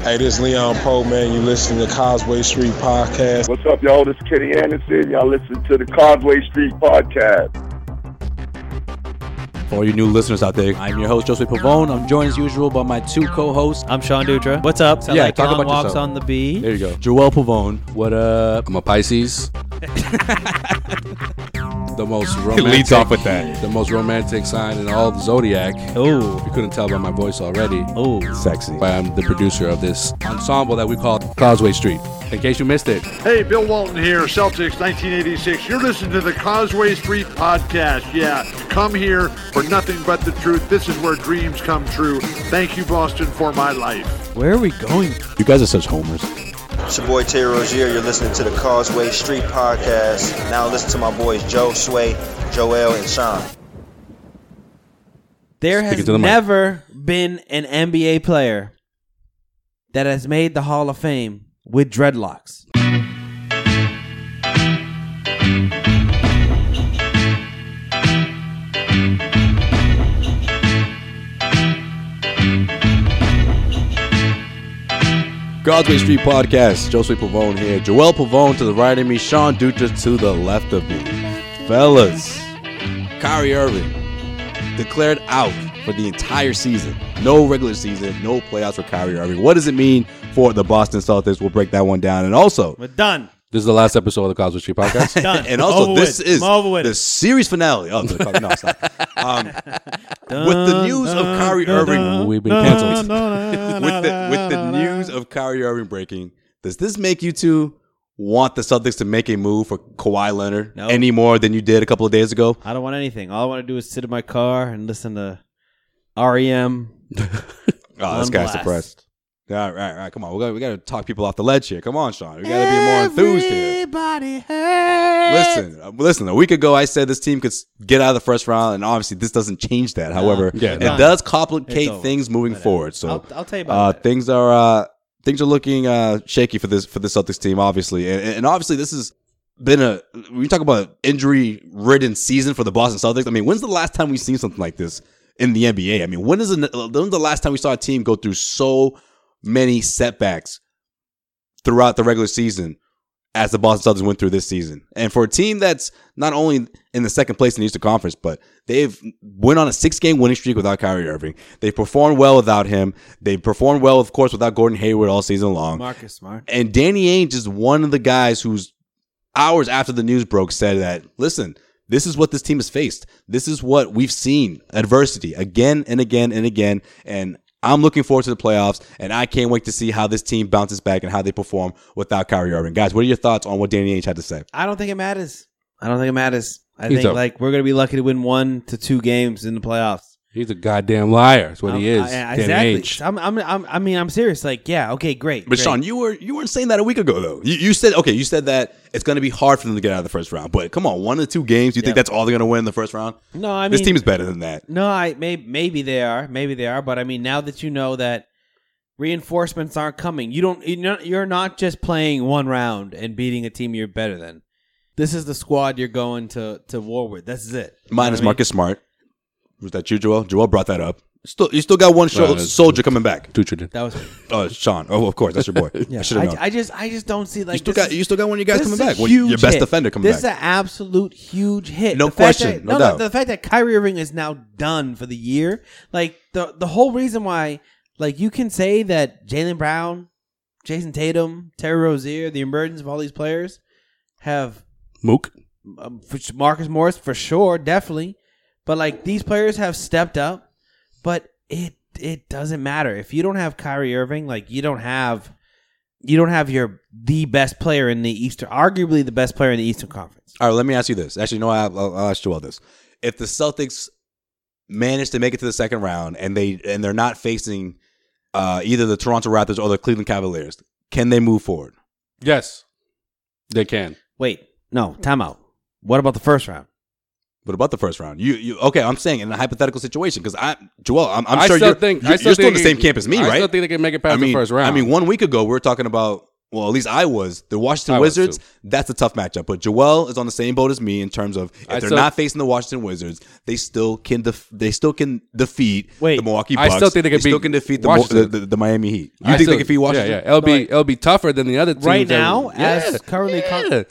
Hey, this is Leon Poe, man. You listen to Causeway Street Podcast. What's up, y'all? This is Kenny Anderson. Y'all listen to the Causeway Street Podcast. For all you new listeners out there, I'm your host, Joseph Pavone. I'm joined as usual by my two co hosts. I'm Sean Dutra. What's up? Sound Yeah, like talk John about walks yourself. on the bee. There you go. Joel Pavone. What up? I'm a Pisces. the most romantic. leads off with that. The most romantic sign in all the zodiac. Oh, You couldn't tell by my voice already. oh, Sexy. But I'm the producer of this ensemble that we call Causeway Street. In case you missed it, Hey, Bill Walton here, Celtics 1986. You're listening to the Causeway Street Podcast. Yeah, come here for nothing but the truth. This is where dreams come true. Thank you, Boston, for my life. where are we going? You guys are such homers. It's your boy Terry Rozier. You're listening to the Causeway Street Podcast. Now listen to my boys Joe Sway, Joel, and Sean. There has to the mic. never been an NBA player that has made the Hall of Fame with dreadlocks. Causeway Street Podcast. Josue Pavone here. Joel Pavone to the right of me. Sean Dutra to the left of me. Fellas, Kyrie Irving declared out for the entire season. No regular season, no playoffs for Kyrie Irving. What does it mean for the Boston Celtics? We'll break that one down. And also, We're done. this is the last episode of the Causeway Street Podcast. Done. And also, Over this with. is I'm over with the it. series finale of the no, it's not. Um, with the news of Kyrie Irving, we've been canceled. with the with the news of Kyrie Irving breaking, does this make you two want the Celtics to make a move for Kawhi Leonard No. any more than you did a couple of days ago? I don't want anything. All I want to do is sit in my car and listen to E REM. Oh, this on guy's blast. depressed. All right, all right, all right. Come on, we got we got to talk people off the ledge here. Come on, Sean, we got to be more enthused here. Everybody hurts. Listen, uh, listen. A week ago, I said this team could s- get out of the first round, and obviously, this doesn't change that. However, Yeah, it no. does It's complicate over. things moving Whatever. forward. So I'll, I'll tell you uh, about that. things are uh, things are looking uh, shaky for this for the Celtics team, obviously, and, and obviously this has been a we talk about injury ridden season for the Boston Celtics. I mean, when's the last time we've seen something like this in the NBA? I mean, when is the, when's the last time we saw a team go through so many setbacks throughout the regular season? As the Boston Celtics went through this season, and for a team that's not only in the second place in the Eastern Conference, but they've went on a six-game winning streak without Kyrie Irving. They performed well without him. They performed well, of course, without Gordon Hayward all season long. Marcus Smart. And Danny Ainge is one of the guys who's hours after the news broke said that, listen, this is what this team has faced. This is what we've seen adversity again and again and again. And I'm looking forward to the playoffs, and I can't wait to see how this team bounces back and how they perform without Kyrie Irving. Guys, what are your thoughts on what Danny Ainge had to say? I don't think it matters. I don't think it matters. I He's think up. like we're gonna be lucky to win one to two games in the playoffs. He's a goddamn liar. That's what he is. I'm- Um, I- I- Danny exactly. Ainge. I'm, I'm, I'm, I mean, I'm serious. Like, yeah, okay, great. But great. Sean, you were you weren't saying that a week ago though. You, you said okay, you said that it's going to be hard for them to get out of the first round. But come on, one of the two games, you think that's all they're going to win in the first round? no, I mean, this team is better than that. No, I may, maybe they are, maybe they are. But I mean, now that you know that reinforcements aren't coming, you don't. You're not, you're not just playing one round and beating a team you're better than. This is the squad you're going to to war with. This is it. You know Mine what is I mean? Marcus Smart. Was that you, Joel? Joel brought that up. Still, you still got one sho- No, that's- soldier coming back. Dutra did. That was. Oh, Sean. Oh, of course, that's your boy. I should have known. I, I just, I just don't see like you still this got is- you still got one of your guys This coming is a back. One- your huge best hit. defender coming this back. is an absolute huge hit. No The fact question, that- no doubt. The fact that Kyrie Irving is now done for the year, like the the whole reason why, like you can say that Jalen Brown, Jason Tatum, Terry Rozier, the emergence of all these players have Mook. um, for s- Marcus Morris for sure, definitely. But like these players have stepped up, but it it doesn't matter if you don't have Kyrie Irving. Like you don't have you don't have your the best player in the Eastern, arguably the best player in the Eastern Conference. All right, let me ask you this. Actually, no, I, I'll, I'll ask you all this. If the Celtics manage to make it to the second round and they and they're not facing uh, either the Toronto Raptors or the Cleveland Cavaliers, can they move forward? Yes, they can. Wait, no, timeout. What about the first round? What about the first round? You, you okay? I'm saying in a hypothetical situation because I, Joel, I'm, I'm I sure still you're, think- I you're, still you're still on think the they- same camp as me, I right? still think they can make it past I the mean, first round. I mean, one week ago we were talking about. Well, at least I was the Washington I was Wizards. too. That's a tough matchup, but Joel is on the same boat as me in terms of if I they're still- not facing the Washington Wizards, they still can def- they still can defeat Wait. the Milwaukee I Bucks. still think they can still beat can defeat the, Mo- the, Washington. the, the Miami Heat. You I think still- they can beat Washington? Yeah, yeah. It'll be it'll be tougher than the other teams Right that- now, as Yeah. currently con- Yeah.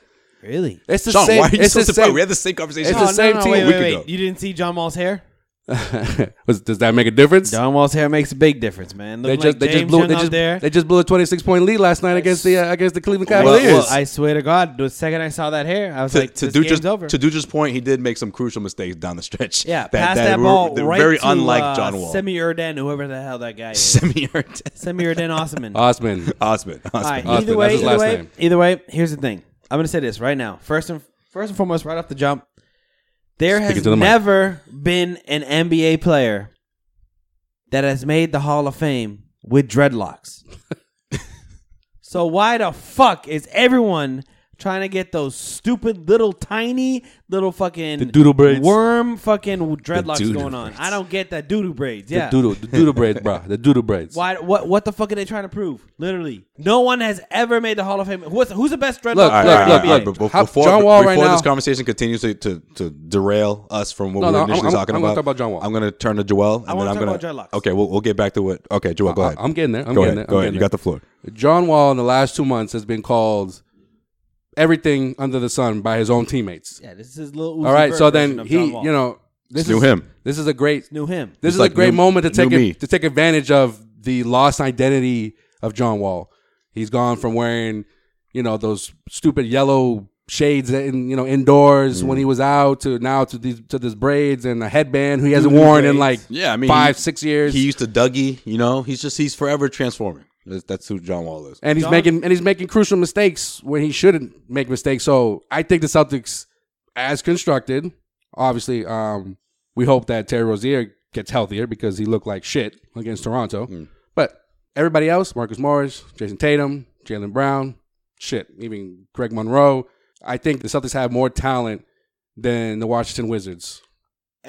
Really? It's the Sean, same. why are you it's so the surprised? same. We had the same conversation. It's the same team Oh, Wait, a wait, week wait. ago. You didn't see John Wall's hair? Was- does that make a difference? John Wall's hair makes a big difference, man. They Looking just like they just James blew Young they out just there. they just blew a twenty six point lead last night against the uh, against the Cleveland Well, Cavaliers. well, I swear to God, the second I saw that hair, I was to, like, to this do game's just over. to Duja's point, he did make some crucial mistakes down the stretch. yeah, pass that, were- ball they're right very to unlike uh, John Wall. Semi Erden, whoever the hell that guy is. Semi Semi Erden Osman. Osman, Osman. All right. Osman. Osman, Either that's way, his either last way, name. either way. Here's the thing. I'm gonna say this right now. First and first and foremost, right off the jump, there Stick it has to the mic. never been an NBA player that has made the Hall of Fame with dreadlocks. so why the fuck is everyone trying to get those stupid little tiny little fucking The doodle braids. worm fucking dreadlocks doodle going on? braids. I don't get that doodle braids. Yeah. the doodle, the doodle braids, bro, the doodle braids. Why? What? What the fuck are they trying to prove? Literally, no one has ever made the Hall of Fame. Who's who's the best dreadlock? Look, All right, player all right, in the look, all NBA? right, look. but before, How- John Wall before right this now- conversation continues to, to, to derail us from what No, we no, were I'm- initially I'm- talking I'm gonna about, talk about John Wall. I'm going to turn to Joel, and then wanna I'm talk going about dreadlocks. Okay, we'll, we'll get back to what. Okay, Joel, go I- ahead. I'm getting there. I'm go ahead. getting there. Go I'm ahead. getting You there. got the floor. John Wall in the last two months has been called everything under the sun by his own teammates. Yeah, this is little. Uzi All right, Vert so version then of he, John Wall. you know, this It's is new him. This is a great knew him. This is like a great new- moment to new take me. it, to take advantage of the lost identity of John Wall. He's gone from wearing, you know, those stupid yellow shades in you know indoors Mm. when he was out to now to these to this braids and a headband who he hasn't worn in like Yeah, I mean, five he- six years. He used to Dougie, you know. He's just he's forever transforming. That's, that's who John Wall is. and he's making and he's making crucial mistakes when he shouldn't make mistakes. So I think the Celtics, as constructed, obviously, um, we hope that Terry Rozier gets healthier because he looked like shit against Toronto. But everybody else, Marcus Morris, Jason Tatum, Jalen Brown, shit, even Greg Monroe. I think the Celtics have more talent than the Washington Wizards.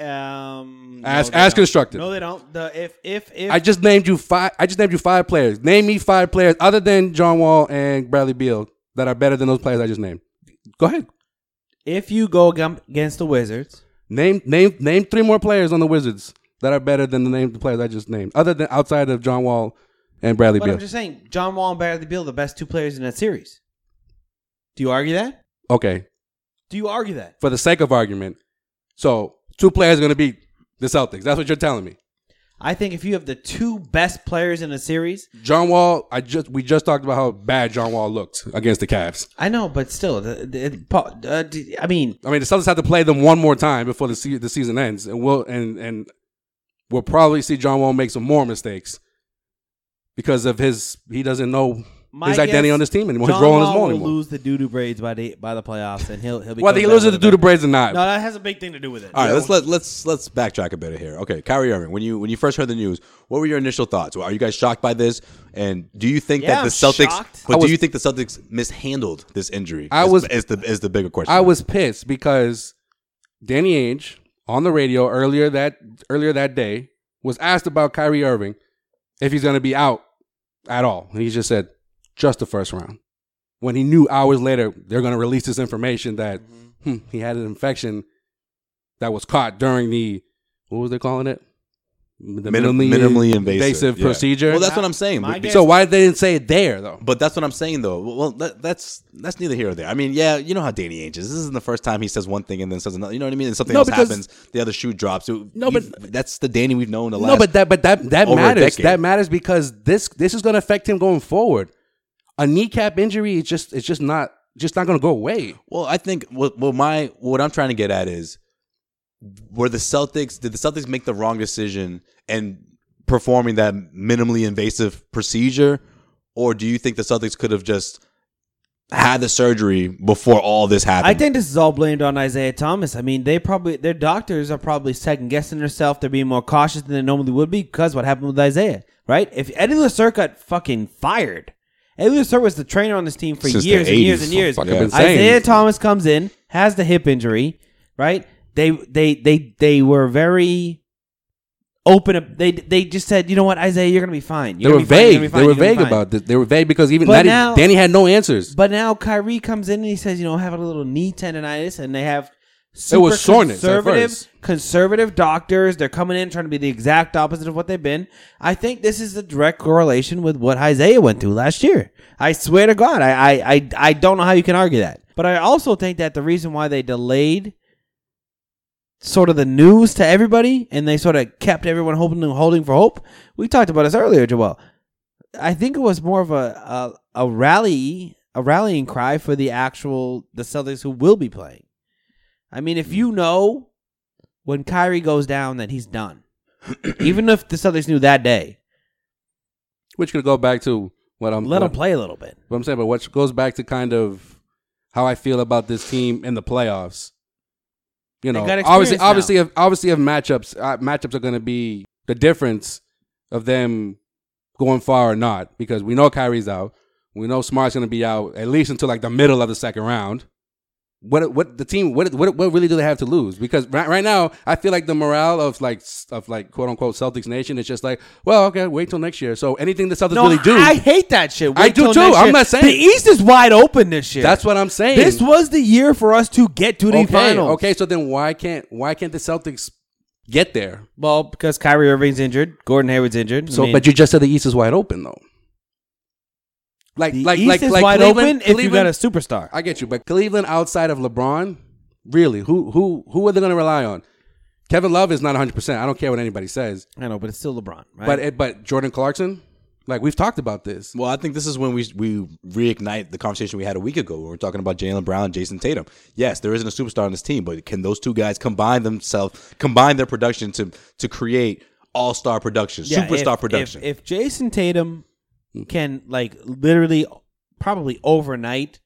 Um, As- they as don't. constructed. No, they don't. The if if if I just named you five. I just named you five players. Name me five players other than John Wall and Bradley Beal that are better than those players I just named. Go ahead. if you go agam- against the Wizards, Name name name three more players on the Wizards that are better than the name the players I just named, other than outside of John Wall and Bradley but I'm Beal. just saying, John Wall and Bradley Beal, the best two players in that series. Do you argue that? okay, Do you argue that? for the sake of argument, so two players are going to beat the Celtics. That's what you're telling me. I think if you have the two best players in a series, John Wall, I just we just talked about how bad John Wall looked against the Cavs. I know, but still, the, the, Paul, uh, d- I mean, I mean, the Celtics have to play them one more time before the se- the season ends, and we'll and and we'll probably see John Wall make some more mistakes because of his he doesn't know My his identity guess, on this team anymore. John his role on Wall his role will anymore. lose the doo doo braids by the by the playoffs, and he'll he'll be. Whether he coached loses out with the a do the bad- braids or not, No, that has a big thing to do with it. All right, let's let, let's let's backtrack a bit here. Okay, Kyrie Irving, when you when you first heard the news, what were your initial thoughts? Are you guys shocked by this? And do you think Yeah, that the I'm Celtics? shocked. But I was- do you think the Celtics mishandled this injury? I is- was- is the is the bigger question. I was pissed because Danny Ainge on the radio earlier that earlier that day was asked about Kyrie Irving if he's going to be out at all, and he just said just the first round. When he knew hours later they're going to release this information that Mm-hmm. hmm, he had an infection that was caught during the what was they calling it? The Minim- minimally invasive, yeah. procedure. Well, that's what I'm saying. My But, guess- so why they didn't say it there though? but that's what I'm saying though. Well, that, that's that's neither here nor there. I mean, yeah, you know how Danny Ainge is. This isn't the first time he says one thing and then says another. You know what I mean? And something No, else because- happens, the other shoe drops. So No, you've- but- that's the Danny we've known the last. No, but that but that that over a matters. decade. That matters because this this is going to affect him going forward. A kneecap injury is just it's just not just not going to go away. Well, I think what what my what I'm trying to get at is were the Celtics did the Celtics make the wrong decision and performing that minimally invasive procedure or do you think the Celtics could have just had the surgery before all this happened? I think this is all blamed on Isaiah Thomas. I mean, they probably their doctors are probably second guessing themselves. They're being more cautious than they normally would be because what happened with Isaiah, right? If Eddie Lasseur got fucking fired, Eddie Lasseur was the trainer on this team for Since the years and years 80s. and years. Fucking been saying. Isaiah Thomas comes in, has the hip injury, right? They they they they were very open. Up, they they just said, you know what, Isaiah, you're gonna be fine. They You're were gonna be fine, you're vague. gonna be they fine, were you're gonna be vague fine." about this. They were vague because even But Natty- now- Danny had no answers. But now Kyrie comes in and he says, you know, I have a little knee tendonitis, and they have super was soreness at conservative, first. conservative doctors. They're coming in trying to be the exact opposite of what they've been. I think this is a direct correlation with what Isaiah went through last year. I swear to God, I I I, I don't know how you can argue that. But I also think that the reason why they delayed sort of the news to everybody and they sort of kept everyone hoping and holding for hope. We talked about this earlier, Joel. I think it was more of a, a a rally a rallying cry for the actual the Celtics who will be playing. I mean, Hmm. if you know when Kyrie goes down that he's done, even if the Celtics knew that day, Which could go back to what I'm. let what, him play a little bit. What I'm saying, but what goes back to kind of how I feel about this team in the playoffs. You They know, got obviously, experience now. obviously, if, obviously, if matchups uh, matchups are going to be the difference of them going far or not, because we know Kyrie's out, we know Smart's going to be out at least until like the middle of the second round. What what the team what what what really do they have to lose? Because right, right now, I feel like the morale of like s- of like quote unquote Celtics nation is just like, well, okay, wait till next year. So anything the Celtics really do, I hate that shit. I do till too. next I'm year. not saying- the East is wide open this year. that's what I'm saying. This was the year for us to get to the okay, finals. Okay, so then why can't why can't the Celtics get there? Well, because Kyrie Irving's injured, Gordon Hayward's injured. So, but you just said the East is wide open though. Like, the like, East like, is like wide Cleveland, open if you got Cleveland- a superstar. I get you, but Cleveland outside of LeBron, really, who who who are they going to rely on? Kevin Love is not 100. percent I don't care what anybody says, I know, but it's still LeBron, right? but it, but Jordan Clarkson, like we've talked about this. Well, I think this is when we we reignite the conversation we had a week ago when we were talking about Jalen Brown and Jason Tatum. Yes, there isn't a superstar on this team, but can those two guys combine themselves, combine their production to to create all star production, Yeah, superstar if- production? If, if Jason Tatum can like literally probably overnight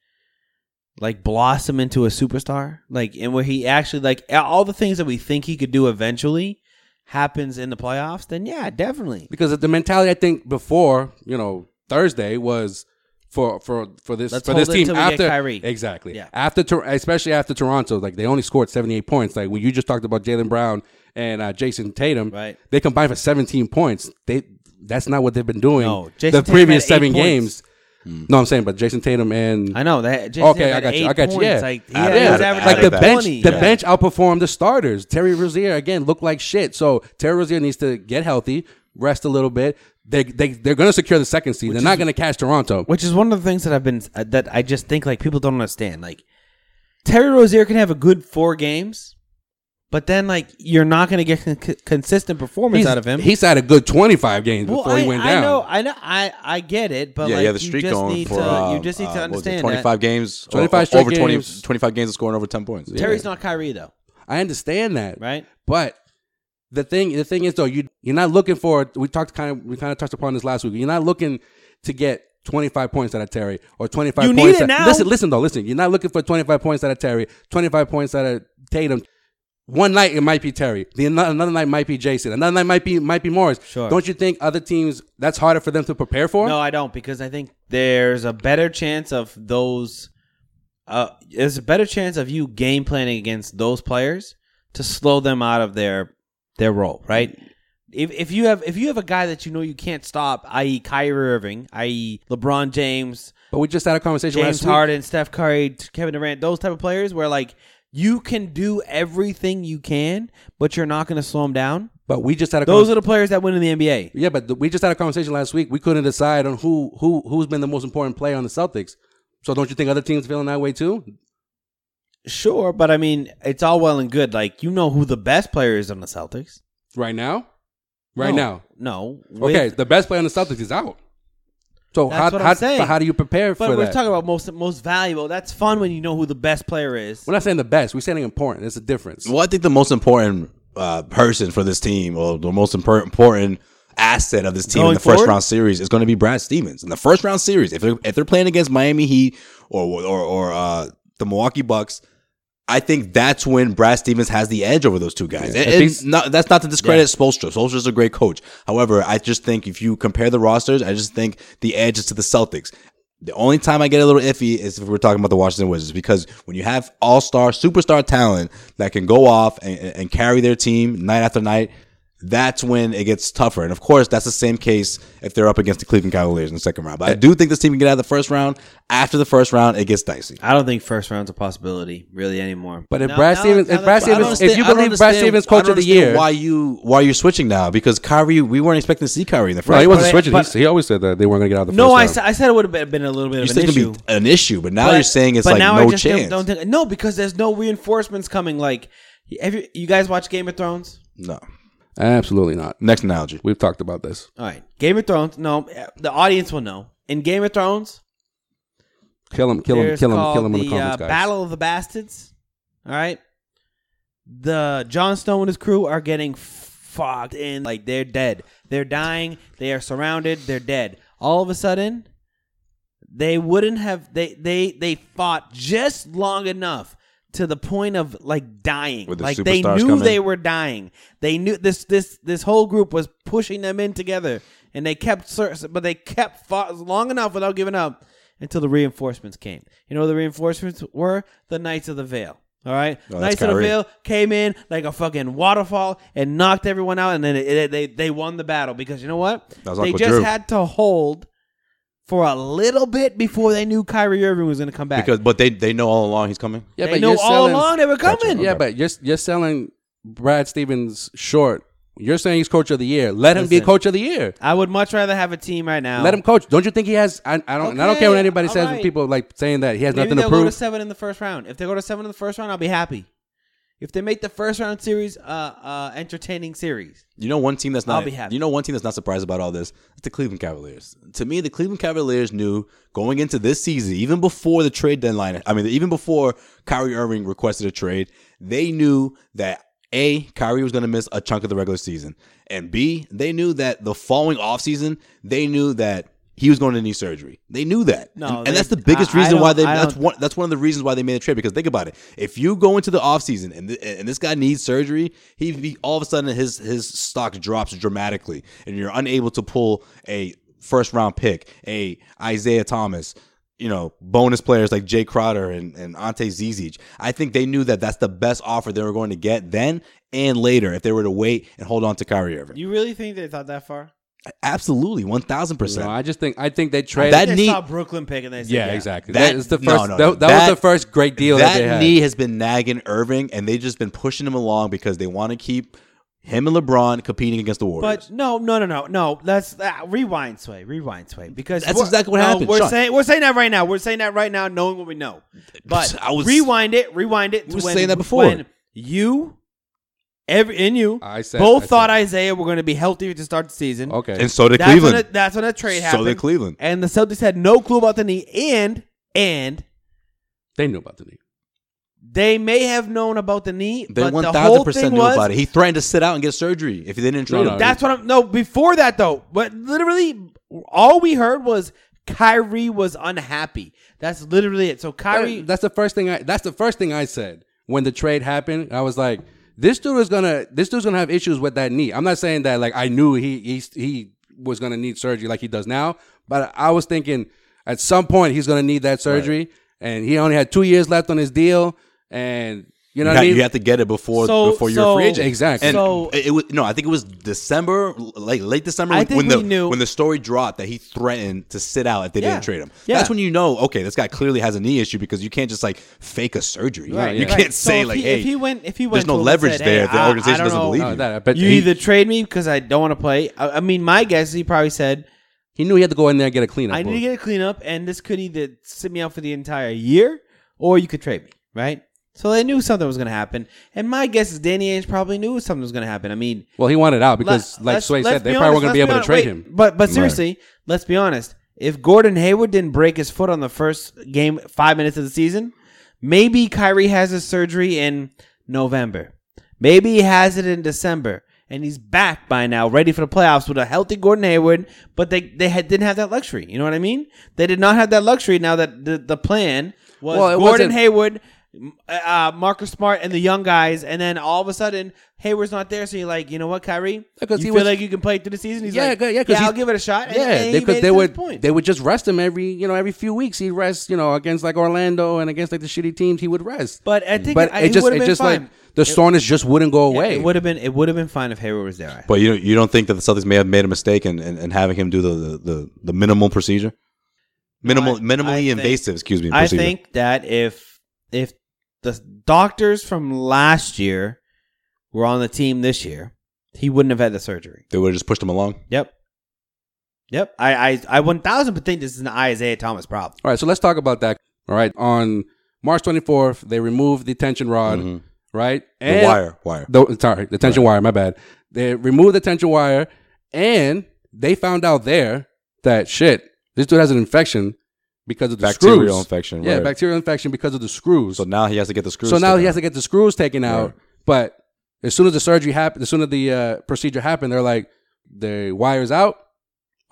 like blossom into a superstar, like and where he actually like all the things that we think he could do eventually happens in the playoffs, then yeah, definitely. because of the mentality I think before you know Thursday was for for for this Let's for this hold it team till we get after Kyrie. exactly Yeah. after Tor- especially after Toronto like they only scored seventy eight points like when you just talked about Jalen Brown and uh, Jason Tatum Right. they combined for seventeen points they that's not what they've been doing No, the Jason Tatum previous had eight seven points. Hmm. games no I'm saying but Jason Tatum and I know that. Jason Okay, Tatum I had got you. eight I got you. Yeah, points, Like, he Add had- it he yeah, was back. averaging Add like it the back. 20. bench, the Yeah. bench outperformed the starters. Terry Rozier again looked like shit. So Terry Rozier needs to get healthy, rest a little bit. They they they're gonna secure the second seed. they're not gonna catch Toronto. which is one of the things that I've been uh, that I just think like people don't understand. Like Terry Rozier can have a good four games, but then like you're not going to get con- consistent performance He's, out of him. he's had a good twenty five games well, before I, he went I down. know, I know, I I get it, but yeah, like yeah, the streak you just going need for to uh, you just need uh, to what was it, understand twenty that five games, or- 25 or straight over 20, games. 25 games of scoring over ten points. Yeah. Terry's not Kyrie though. I understand that. Right. But the thing the thing is though, you you're not looking for we talked kind of we kind of touched upon this last week. You're not looking to get 25 points out of Terry or 25 You need points it out- now. Listen, listen though, listen. You're not looking for 25 points out of Terry, 25 points out of Tatum. One night it might be Terry. The ano- another night might be Jason. Another night might be might be Morris. Sure. Don't you think other teams that's harder for them to prepare for? No, I don't because I think there's a better chance of those. Uh, there's a better chance of you game planning against those players to slow them out of their their role, right? If if you have if you have a guy that you know you can't stop, i.e. Kyrie Irving, i.e. LeBron James, But we just had a conversation James last week. Harden, Steph Curry, Kevin Durant, those type of players where like you can do everything you can, but you're not going to slow them down. But we just had a Those conversation. are the players that win in the NBA. Yeah, but th- we just had a conversation last week. We couldn't decide on who who who's been the most important player on the Celtics. So don't you think other teams feeling that way too? Sure, but I mean, it's all well and good. Like you know who the best player is on the Celtics Right now, right No, now. No. With- Okay, the best player on the Celtics is out. So That's how what I'm how, saying. but how do you prepare but for we're that? talking about most most valuable. That's fun when you know who the best player is. we're not saying the best. We're saying important. There's a difference. Well, I think the most important uh, person for this team, or the most impor- important asset of this team in Going the first forward? round series is going to be Brad Stevens. In the first round series, if they're, if they're playing against Miami Heat or or or uh, the Milwaukee Bucks, I think that's when Brad Stevens has the edge over those two guys. And, I and think- not, that's not to discredit Spoelstra. Spoelstra's a great coach. However, I just think if you compare the rosters, I just think the edge is to the Celtics. The only time I get a little iffy is if we're talking about the Washington Wizards because when you have all star, superstar talent that can go off and, and carry their team night after night, that's when it gets tougher. And of course, that's the same case if they're up against the Cleveland Cavaliers in the second round. But I do think this team can get out of the first round. After the first round, it gets dicey. I don't think first round's a possibility really anymore. But if Now- Brad now- Stevens- now if that- Brad I don't Stevens- understand- if you I don't believe Brad understand- Stevens I don't coach of the understand year- why you why you're switching now? Because Kyrie, we weren't expecting to see Kyrie in the first. No, he wasn't But- switching. but- he, he always said that they weren't going to get out of the no, I, first sa- I said it would have been a little bit You of said an it's issue. gonna be an issue, but now But- you're saying it's but like now I no just don't- chance. Don't think, no, because there's no reinforcements coming. Like, have you, you guys watch Game of Thrones? no. round. Absolutely not. Next analogy. We've talked about this. All right, Game of Thrones. No, eh, the audience will know. In Game of Thrones, Kill him, kill him, there's kill him, kill called him in the uh, comments, guys. Battle of the Bastards. All right, the Jon Snow and his crew are getting fogged in, like they're dead. They're dying. They are surrounded. They're dead. All of a sudden, they wouldn't have. They they they fought just long enough to the point of like dying. With the like they superstars knew coming. they were dying. They knew this this this whole group was pushing them in together, and they kept sur- but they kept fought long enough without giving up until the reinforcements came. You know what the reinforcements were the Knights of the Veil. All right, Oh, that's Knights of the Kyrie. Veil came in like a fucking waterfall and knocked everyone out, and then it, it- they they won the battle because you know what That was they Uncle just Drew. had to hold for a little bit before they knew Kyrie Irving was going to come back. Because but they they know all along he's coming. yeah, they know all along they were Gotcha. coming. Yeah, but you're you're selling Brad Stevens short. You're saying he's coach of the year. Let him be Listen. coach of the year. I would much rather have a team right now. Let him coach. Don't you think he has? I, I don't. and I don't Okay, care what anybody all says. when right. People like saying that he has Maybe nothing to they'll go to prove. seven in the first round. If they go to seven in the first round, I'll be happy. If they make the first round series, uh, uh, entertaining series. You know one team that's I'll not. be happy. You know one team that's not surprised about all this. It's the Cleveland Cavaliers. To me, the Cleveland Cavaliers knew going into this season, even before the trade deadline. I mean, even before Kyrie Irving requested a trade, they knew that a Kyrie was going to miss a chunk of the regular season, and b they knew that the following offseason, they knew that. He was going to knee surgery. They knew that, No, and, and they- that's the biggest I- I reason don't- why they. I That's don't- one. That's one of the reasons why they made a trade. Because think about it: if you go into the offseason and th- and this guy needs surgery, he be all of a sudden his his stock drops dramatically, and you're unable to pull a first round pick, a Isaiah Thomas. You know, bonus players like Jay Crowder and, and Ante Zizic. I think they knew that that's the best offer they were going to get then and later if they were to wait and hold on to Kyrie Irving. You really think they thought that far? Absolutely, one thousand No, percent. I just think I think they traded. That They need- saw Brooklyn pick and they said, yeah, yeah, exactly. That- That is the no, first. no, no. that, that That- was the first great deal that, they had. knee has been nagging Irving, and they just been pushing him along because they want to keep him and LeBron competing against the Warriors. But no, no, no, no, no. That's uh, rewind sway, rewind sway. Because That's we're- exactly what no, happened, We're Sean. saying we're saying that right now. We're saying that right now, knowing what we know. But I was- rewind it, rewind it. We to was when- saying that before. When you, every in you, I said- both I thought said. Isaiah were going to be healthy to start the season. okay. and so did that's Cleveland. When a, that's when a trade So did happened. Cleveland. and the Celtics had no clue about the knee, and and they knew about the knee. they may have known about the knee. they but one the thousand whole thing percent knew was, about it. He threatened to sit out and get surgery if they didn't trade no, him. That's what I'm. No, before that though, but literally, all we heard was Kyrie was unhappy. That's literally it. So Kyrie, That- that's the first thing I. That's the first thing I said when the trade happened. I was like, this dude is gonna. This dude's gonna have issues with that knee. I'm not saying that like I knew he he he was gonna need surgery like he does now, but I was thinking at some point he's gonna need that surgery, and he only had two years left on his deal, and you know you, what ha- I mean. you have to get it before So- before you're a free so- agent. Exactly. And So- it, it was no, I think it was December, like late December I when, think when the we knew- when the story dropped that he threatened to sit out if they Yeah. didn't trade him. Yeah. That's when you know, okay, this guy clearly has a knee issue because you can't just like fake a surgery. Right, you yeah. can't Right. So say if like, he- hey, if he went- if he there's went no to him and leverage said, there. hey, if I- the I organization don't doesn't know. uh, believe Oh, you. that, I bet you he, either trade me because I don't want to play. I, I mean, my guess is he probably said he knew he had to go in there and get a cleanup. I need vote. to get a cleanup, and this could either sit me out for the entire year, or you could trade me, right? So they knew something was going to happen, and my guess is Danny Ainge probably knew something was going to happen. I mean, well, he wanted out because, Let- like let's- Sway let's said, they be probably honest, weren't gonna be let's able to trade honest. him. Wait, But but seriously, let's be honest. If Gordon Hayward didn't break his foot on the first game, five minutes of the season, maybe Kyrie has his surgery in November. Maybe he has it in December, and he's back by now, ready for the playoffs with a healthy Gordon Hayward. But they they had, didn't have that luxury. You know what I mean? They did not have that luxury. Now that the, the plan was Well, it Gordon wasn't- Hayward, m- uh, Marcus Smart, and the young guys, and then all of a sudden Hayward's not there. So you're like, you know what, Kyrie? you 'cause he feel was- like you can play through the season. He's yeah, like, good, yeah, 'cause yeah, I'll he's- give it a shot. And- Yeah, and he because made they it to would this point. they would just rest him every you know every few weeks. He rests you know against like Orlando and against like the shitty teams. He would rest. But I think but it- I- it, he just would've it been just fine. like the soreness just wouldn't go Yeah, away. It would have been it would have been fine if Hayward was there. But you you don't think that the Celtics may have made a mistake in, in, in having him do the the, the, the minimal procedure, minimal I- minimally I think- invasive. excuse me. I Procedure. think that if if the doctors from last year were on the team this year, he wouldn't have had the surgery. they would have just pushed him along. Yep. Yep. I I, I one thousand percent this is an Isaiah Thomas problem. All right, so let's talk about that. All right, on March 24th, they removed the tension rod, Mhm. right? The wire, wire. The, sorry, the tension wire, my bad. They removed the tension wire and they found out there that shit, this dude has an infection because of the Bacterial screws. infection, Yeah, right. bacterial infection because of the screws. So So now, now he has to get the screws. he has to get the screws taken out. Right. But as soon as the surgery happened, as soon as the uh, procedure happened, they're like, the wire's out.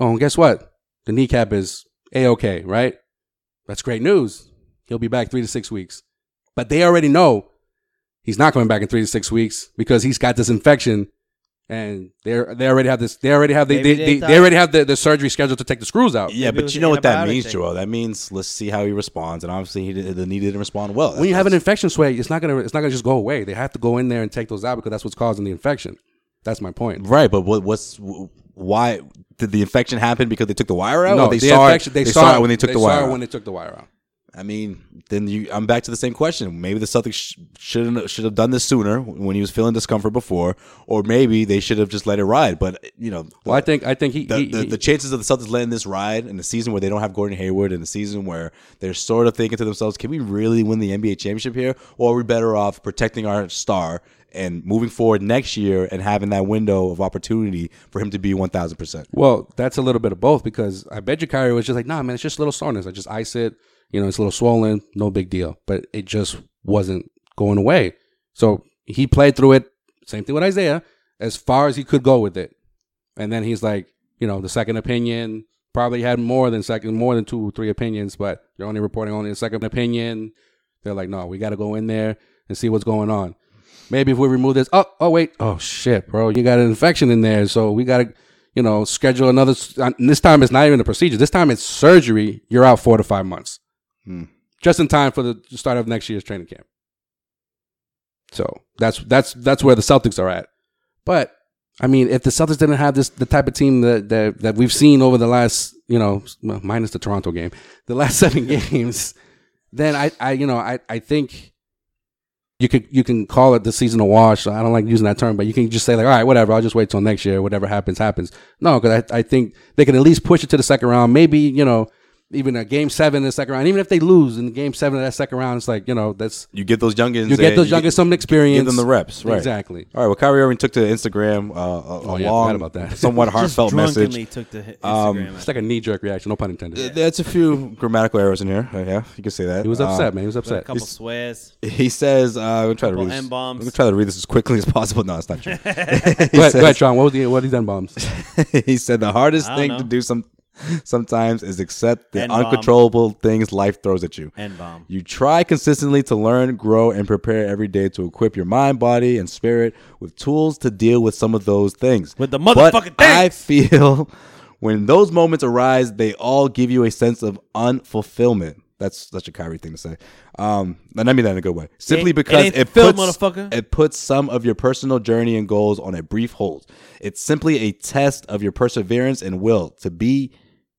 Oh, and guess what? The kneecap is a okay, right? That's great news. He'll be back three to six weeks. But they already know he's not coming back in three to six weeks because he's got this infection, and they are they already have this. They already have they Maybe they, they they, they, thought- already have the, the surgery scheduled to take the screws out. Yeah, Maybe it but was you an know what that antibiotic means, thing. Joel. That means let's see how he responds, and obviously he did, then he didn't respond well. When you That's- have an infection sway, it's not gonna it's not gonna just go away. They have to go in there and take those out because that's what's causing the infection. That's my point. Right, but what, what's why did the infection happen because they took the wire out? No, or they the saw infection- it, they, saw, it when they took the saw wire. it out? when they took the wire out. I mean, then you. I'm back to the same question. Maybe the Celtics sh- shouldn't should have done this sooner when he was feeling discomfort before, or maybe they should have just let it ride. But you know, Well, I think I think he, the, he- the, he- the chances of the Celtics letting this ride in a season where they don't have Gordon Hayward, in a season where they're sort of thinking to themselves, can we really win the NBA championship here? Or are we better off protecting our star and moving forward next year and having that window of opportunity for him to be 1,000%? Well, that's a little bit of both because I bet you Kyrie was just like, nah, man, it's just a little soreness. I just ice it. You know, it's a little swollen, no big deal. But it just wasn't going away. So he played through it. Same thing with Isaiah, as far as he could go with it. And then he's like, you know, the second opinion probably had more than second, more than two, three opinions, but they're only reporting only a second opinion. They're like, no, we got to go in there and see what's going on. Maybe if we remove this, oh, oh wait, oh shit, bro, you got an infection in there, so we got to, you know, schedule another. s- uh, This time it's not even a procedure. This time it's surgery. You're out four to five months, just in time for the start of next year's training camp. So that's that's that's where the Celtics are at. But I mean, if the Celtics didn't have this the type of team that that, that we've seen over the last, you know, s- well, minus the Toronto game, the last seven games, then I, I you know, I, I think you could you can call it the season of wash. I don't like using that term, but you can just say like, all right, whatever. I'll just wait till next year. Whatever happens, happens. No, because I, I think they can at least push it to the second round. Maybe you know, even a game seven in the second round. Even if they lose in game seven of that second round, it's like you know that's You get those youngins. you get and those youngest some experience. Give them the reps, right? Exactly. Oh, All right. Well, Kyrie Irving took to Instagram uh, a, a yeah, I long, forgot about that. somewhat Just heartfelt drunkenly message. took the hi- Um, Instagram. It's like a knee jerk reaction. No pun intended. Th- That's a few grammatical errors in here. Uh, yeah, you can say that. He was Uh, upset, man. He was a upset. couple swears. He says, uh, "I'm gonna try to Couple read this. M-bombs. I'm gonna try to read this as quickly as possible." No, it's not true. Go ahead, go ahead, Sean. What was the what are these n bombs? he said the hardest I don't thing know. to do some sometimes is accept the N-bomb. uncontrollable things life throws at you. N bomb. You try consistently to learn, grow, and prepare every day to equip your mind, body, and spirit with tools to deal with some of those things. With the But motherfucking I feel when those moments arise, they all give you a sense of unfulfillment. That's such a Kyrie thing to say. Um, and I mean that in a good way. Simply ain't- it because ain't it filled, puts, motherfucker. it puts some of your personal journey and goals on a brief hold. It's simply a test of your perseverance and will to be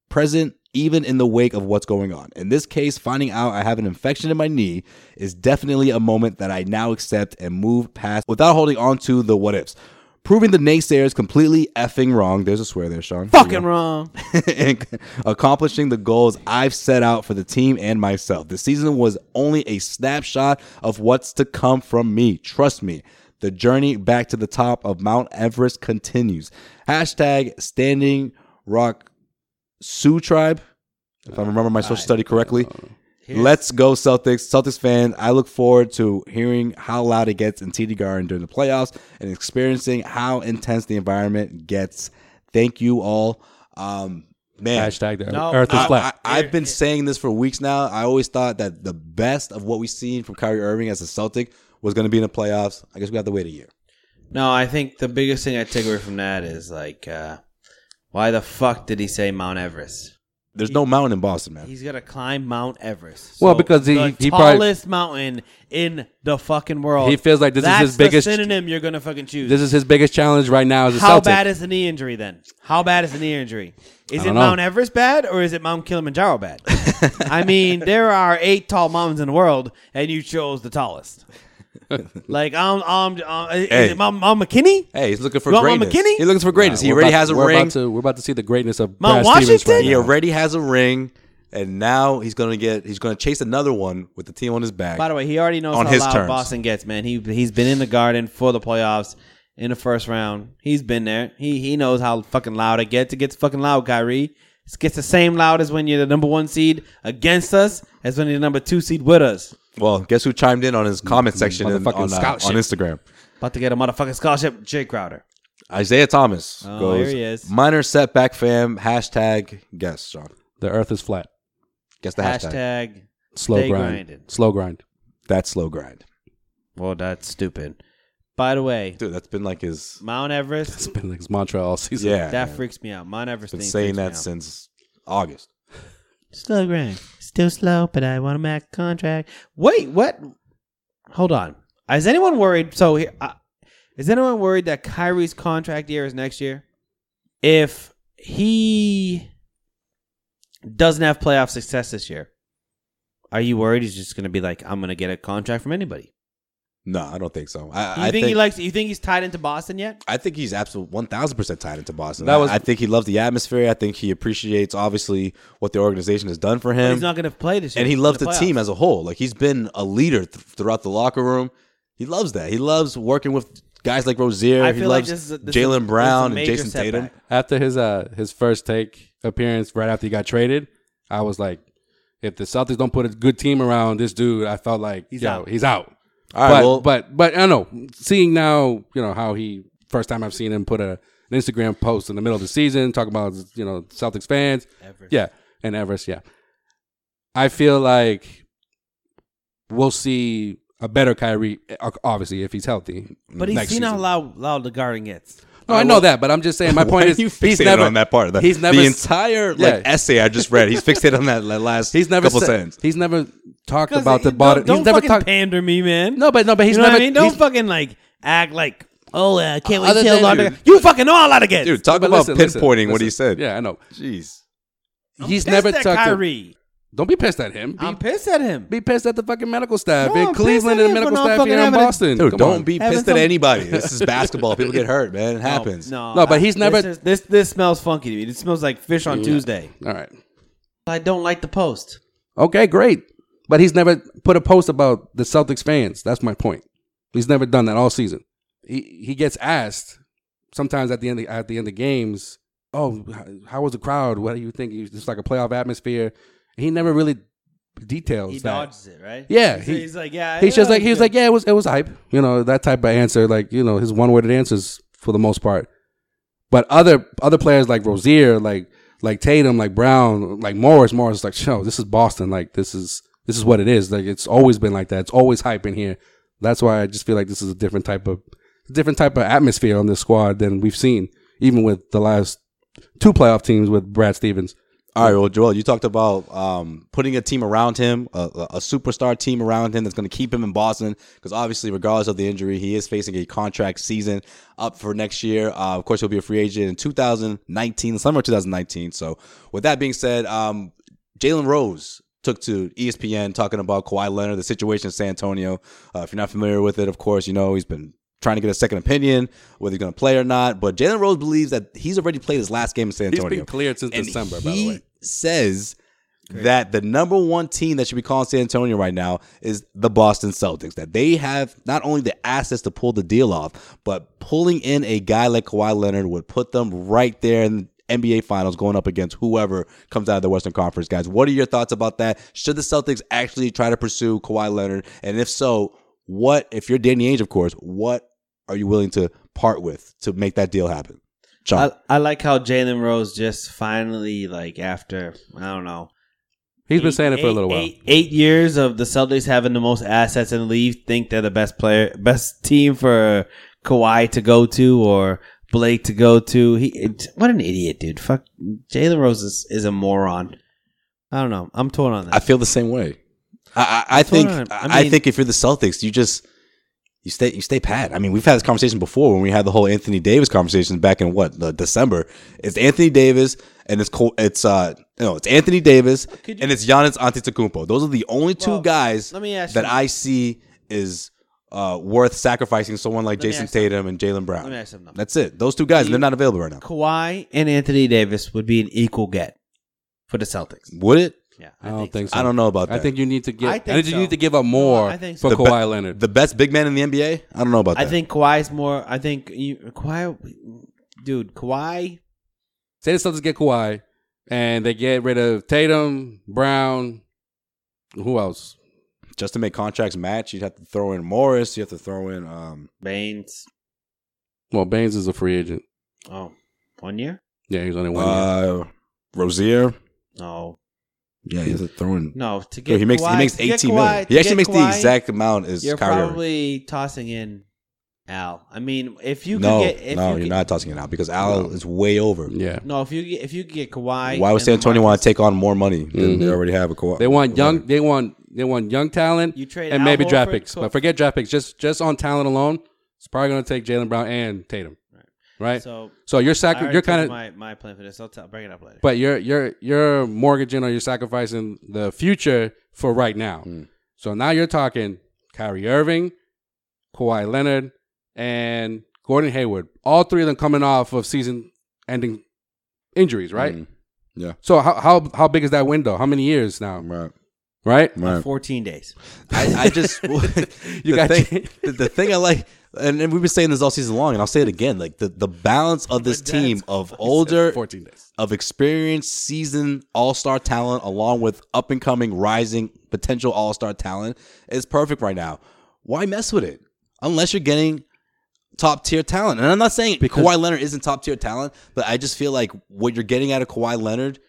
present even in the wake of what's going on. In this case, finding out I have an infection in my knee is definitely a moment that I now accept and move past without holding on to the what ifs. Proving the naysayers completely effing wrong. There's a swear there, Sean. Fucking wrong. and accomplishing the goals I've set out for the team and myself. The season was only a snapshot of what's to come from me. Trust me, the journey back to the top of Mount Everest continues. Hashtag Uh, Standing Rock Sioux Tribe, if I remember my social study correctly. Let's go Celtics. Celtics fan, I look forward to hearing how loud it gets in TD Garden during the playoffs and experiencing how intense the environment gets. Thank you all. Um, man, Hashtag that. No, Earth is I, flat. I, have been saying this for weeks now. I always thought that the best of what we've seen from Kyrie Irving as a Celtic was going to be in the playoffs. I guess we got to wait a year. No, I think the biggest thing I take away from that is like, uh, why the fuck did he say Mount Everest? There's no mountain in Boston, man. He's gonna climb Mount Everest. Well, because he- the he probably- tallest mountain in the fucking world. He feels like this is That's his biggest- the synonym. You're gonna fucking choose. this is his biggest challenge right now as a How Celtic. bad is the knee injury then? How bad is the knee injury? Is it don't know. Mount Everest bad or is it Mount Kilimanjaro bad? I mean, there are eight tall mountains in the world, and you chose the tallest. like um um, um is Hey. it Mount, Mount McKinney? Hey, he's looking for You want Mount greatness. McKinney? He's looking for greatness. he We're already about- has a we're ring. About to, we're about to see the greatness of Mount Brad Stevens right Washington? He now. already has a ring, and now he's going to get. He's going to chase another one with the team on his back. By the way, he already knows On how his loud terms. Boston gets, man. He he's been in the garden for the playoffs in the first round. He's been there. He he knows how fucking loud it gets. It gets fucking loud, Kyrie. It gets the same loud as when you're the number one seed against us as when you're the number two seed with us. well, guess who chimed in on his comment section in- Motherfucking on, uh, scholarship. on Instagram? About to get a motherfucking scholarship, Jay Crowder. Isaiah Thomas Oh, goes. here he is. Minor setback, fam. Hashtag guess, Sean. The Earth is flat. Guess the hashtag. Hashtag. Slow Stay grind. grinded. Slow grind. That's slow grind, Well, that's stupid. By the way, dude. That's been like his. Mount It's Everest. been like his mantra all season. Yeah, That man. freaks me out. Mount Everest. been thing saying freaks me that out. since August. Slow grind. Still slow, but I want a max contract. Wait, what? Hold on. Is anyone worried? So, here- uh, is anyone worried that Kyrie's contract year is next year? If he doesn't have playoff success this year, are you worried he's just going to be like, I'm going to get a contract from anybody? No, I don't think so. I, You I think, he likes? You think he's tied into Boston yet? I think he's absolutely one thousand percent tied into Boston. That I- was- I, think he loves the atmosphere. I think he appreciates obviously what the organization has done for But him. he's not going to play this year. Um, and he in loves the, playoffs. team as a whole. Like he's been a leader th- throughout the locker room. He loves that. He loves working with guys like Rozier. I He feel like loves this is a- this is a- this is a Jalen Brown and major Jason Tatum. setback. After his uh his first take appearance, right after he got traded, I was like, if the Celtics don't put a good team around this dude, I felt like he's out. He's out. All right, but, well, but but I don't know. Seeing now, you know how he first time I've seen him put a an Instagram post in the middle of the season talking about you know Celtics fans. Everest. Yeah, and Everest. Yeah, I feel like we'll see a better Kyrie, o- obviously if he's healthy. But he's next seen how season. loud loud the garden gets. No, I know that, but I'm just saying. My Why point are is, you he's fixated never on that part. The, he's never the s- entire Yeah. like essay I just read. He's fixated on that la- last. He's never couple said- sentences. He's never talked 'Cause about the don't- bottom. Don't, he's never fucking talked. pander me, man. No, but no, but he's you know never. what I mean? Don't he's- fucking like act like oh, uh, can't wait Other till than- Lana. You fucking know how Lana gets. Dude, talk but about listen, pinpointing listen, what he listen. said. Yeah, I know. jeez. he's Pissed never at talked. To, Kyrie. don't be pissed at him. Be, I'm pissed at him. be pissed at the fucking medical staff No, I'm in pissed Cleveland at and the him for medical not staff here fucking in having a- Boston. Dude, Come don't on. be Having pissed some- at anybody. This is basketball. People get hurt, man. It happens. No, No, but he's never- This, is- this this smells funky to me. It smells like fish on Tuesday. All right. I don't like the post. Okay, great. But he's never put a post about the Celtics fans. That's my point. He's never done that all season. He he gets asked sometimes at the end of, at the end of games, "Oh, h- how was the crowd? What do you think? It's just like a playoff atmosphere." He never really details He that. dodges it, right? Yeah, he's, he- he's like, yeah. He's yeah, just like he was like, yeah, it was it was hype, you know, that type of answer. Like you know, his one worded answers for the most part. But other other players like Rozier, like like Tatum, like Brown, like Morris, Morris is like, yo, this is Boston. Like this is this is what it is. Like it's always been like that. It's always hype in here. That's why I just feel like this is a different type of different type of atmosphere on this squad than we've seen, even with the last two playoff teams with Brad Stevens. All right, well, Joel, you talked about um, putting a team around him, a, a- a superstar team around him that's going to keep him in Boston because obviously, regardless of the injury, he is facing a contract season up for next year. Uh, of course, he'll be a free agent in 2019, the summer of 2019. So, with that being said, um, Jalen Rose took to E ESPN talking about Kawhi Leonard, the situation in San Antonio. Uh, if you're not familiar with it, of course, you know he's been trying to get a second opinion whether he's going to play or not. But Jalen Rose believes that he's already played his last game in San He's Antonio. been cleared since And December, he by the way. says that the number one team that should be calling San Antonio right now is the Boston Celtics. That they have not only the assets to pull the deal off, but pulling in a guy like Kawhi Leonard would put them right there in, NBA Finals going up against whoever comes out of the Western Conference, guys. What are your thoughts about that? Should the Celtics actually try to pursue Kawhi Leonard? And if so, what, if you're Danny Ainge, of course, what are you willing to part with to make that deal happen? Sean. I, I like how Jalen Rose just finally, like, after, I don't know. He's been saying it for a little while. Eight, eight years of the Celtics having the most assets in the league think they're the best player, best team for Kawhi to go to or Blake to go to. He, it, what an idiot, dude! Fuck, Jalen Rose is, is a moron. I don't know. I'm torn on that. I feel the same way. I, I, I That's what think I- I I, mean- think if you're the Celtics, you just you stay you stay pat. I mean, we've had this conversation before when we had the whole Anthony Davis conversation back in what the December. It's Anthony Davis and it's Col- it's uh no it's Anthony Davis Could you- and it's Giannis Antetokounmpo. Those are the only two Well, guys let me ask that you- I see is uh, worth sacrificing someone like Let me Jason ask something. Tatum and Jalen Brown. Let me ask something. That's it. Those two guys Do they're you- not available right now. Kawhi and Anthony Davis would be an equal get for the Celtics. Would it? Yeah, I, don't think, so. I don't know about that. I think you need to give. I I think think so. you need to give up No, more I think for so. The be- Kawhi Leonard. the best big man in the NBA. I don't know about I that. think Kawhi's more. I think you, Kawhi, dude, Kawhi. Say the Celtics get Kawhi, and they get rid of Tatum, Brown. Who else? just to make contracts match, you'd have to throw in Morris. You have to throw in. Um, Baines. Well, Baines is a free agent. Oh, one year? Yeah, he's only one. year. uh, Rozier. No, Yeah, you have to throw in. no. To get Yo, he makes Kawhi, he makes to get eighteen Kawhi- million. to He actually get makes Kawhi, the exact amount as You're Kyrie. Irving. probably tossing in Al. I mean, if you could no, get, if no, you you are could- not tossing it out because Al No. is way over. Yeah, No, if you get, if you could get Kawhi, Why would San and Mm-hmm. Antonio want LaMarcus- to take on more money than they Mhm. already have? A Kawhi? they want young. They want they want young talent. You trade and Al maybe draft Horford, picks, Ka- but forget draft picks. Just just on talent alone, it's probably going to take Jalen Brown and Tatum. Right. So, So you're I sacri- already You're took kind of. my my plan for this. I'll, tell, I'll bring it up later. But you're you're you're mortgaging or you're sacrificing the future for right now. Hmm. So now you're talking Kyrie Irving, Kawhi Leonard, and Gordon Hayward. All three of them coming off of season-ending injuries, right? Mm. Yeah. So how how how big is that window? How many years now? Mm, Right. Right? Right. Fourteen days. I, I just you the got thing, you. the, the thing I like, and, and we've been saying this all season long, and I'll say it again: like the, the balance of this team of older, 14 days. of experienced, seasoned all star talent, along with up and coming, rising potential all star talent, is perfect right now. Why mess with it unless you're getting top tier talent? And I'm not saying Kawhi Leonard isn't top tier talent, but I just feel like what you're getting out of Kawhi Leonard,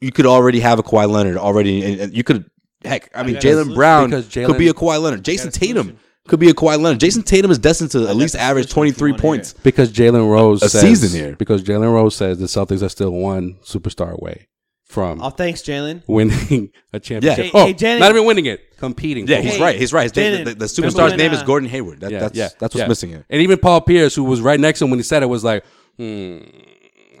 you could already have a Kawhi Leonard already, and, and you could. Heck, I mean, got a Jalen solution. Brown Because could be Jalen- a Kawhi Leonard. Jason got a Tatum solution. could be a Kawhi Leonard. Jason Tatum is destined to at least a average solution if you 23 wanna hear points. it. Because Jalen Rose A says, season here. Because Jalen Rose says the Celtics are still one superstar away from Oh, thanks, Jalen. winning a championship. Hey, oh, hey, Jalen- not even winning it, competing. Yeah, for he's one. right. He's right. His name- Didn't. the, the Remember superstar's when, name is uh, Gordon Hayward. That, Yeah, that's yeah, that's what's yeah. missing here. And even Paul Pierce, who was right next to him when he said it, was like, hmm,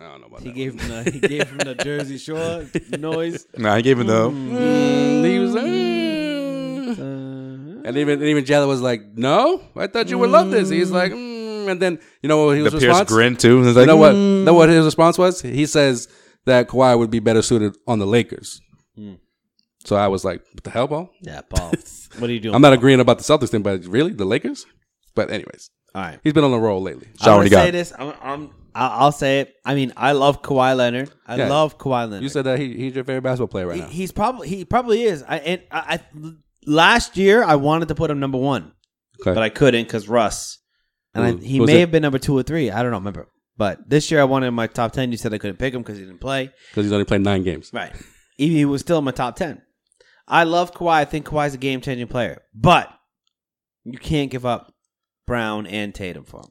I don't know about He that. gave him the he gave him the Jersey Shore noise. Nah, he gave him the Mm, he was like, "Mm." Uh-huh. and even and even Jalen was like, no, I thought you would love this. He's like, mm. and then you know what he the was Pierce response? grin too. He's You like, know what? "Mm." Know what his response was? He says that Kawhi would be better suited on the Lakers. Hmm. So I was like, "What the hell, bro? Yeah, Paul. What are you doing? I'm not agreeing about the Celtics thing, but really, the Lakers. But anyways, All right. he's been on a roll lately. Sean, I'm what gonna do you say got? this. I'm, I'm, I'll I'll say it. I mean, I love Kawhi Leonard. I Yeah. love Kawhi Leonard. You said that he, he's your favorite basketball player right He- now. he's probably he probably is. I and I, I last year I wanted to put him number one, Okay. but I couldn't because Russ. And I, Who- he who was may it? have been number two or three. I don't know, remember. But this year I wanted him in my top ten. You said I couldn't pick him because he didn't play. because he's only played nine games. Right. Even he was still in my top ten. I love Kawhi. I think Kawhi's a game changing player. But you can't give up Brown and Tatum for him.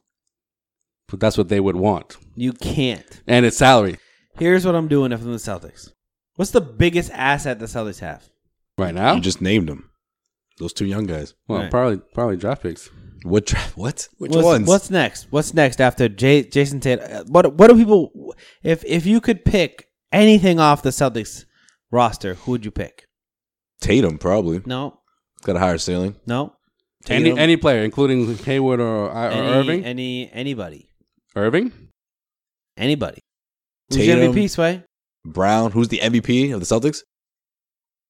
But that's what they would want, You can't. and it's salary Here's what I'm doing if I'm the Celtics. What's the biggest asset the Celtics have? right now. You just named them. Those two young guys. well, Right. probably probably draft picks. What? Tra- what? Which what's, ones? What's next? What's next after J- Jason Tatum? Uh, What What do people? If if you could pick anything off the Celtics roster, who would you pick? Tatum probably No, got a higher ceiling. no, Any Tatum. any player, including Hayward or, Uh, uh, or any, Irving. any anybody, Irving. anybody. Who's your Tatum, MVP, Sway? Brown. Who's the MVP of the Celtics?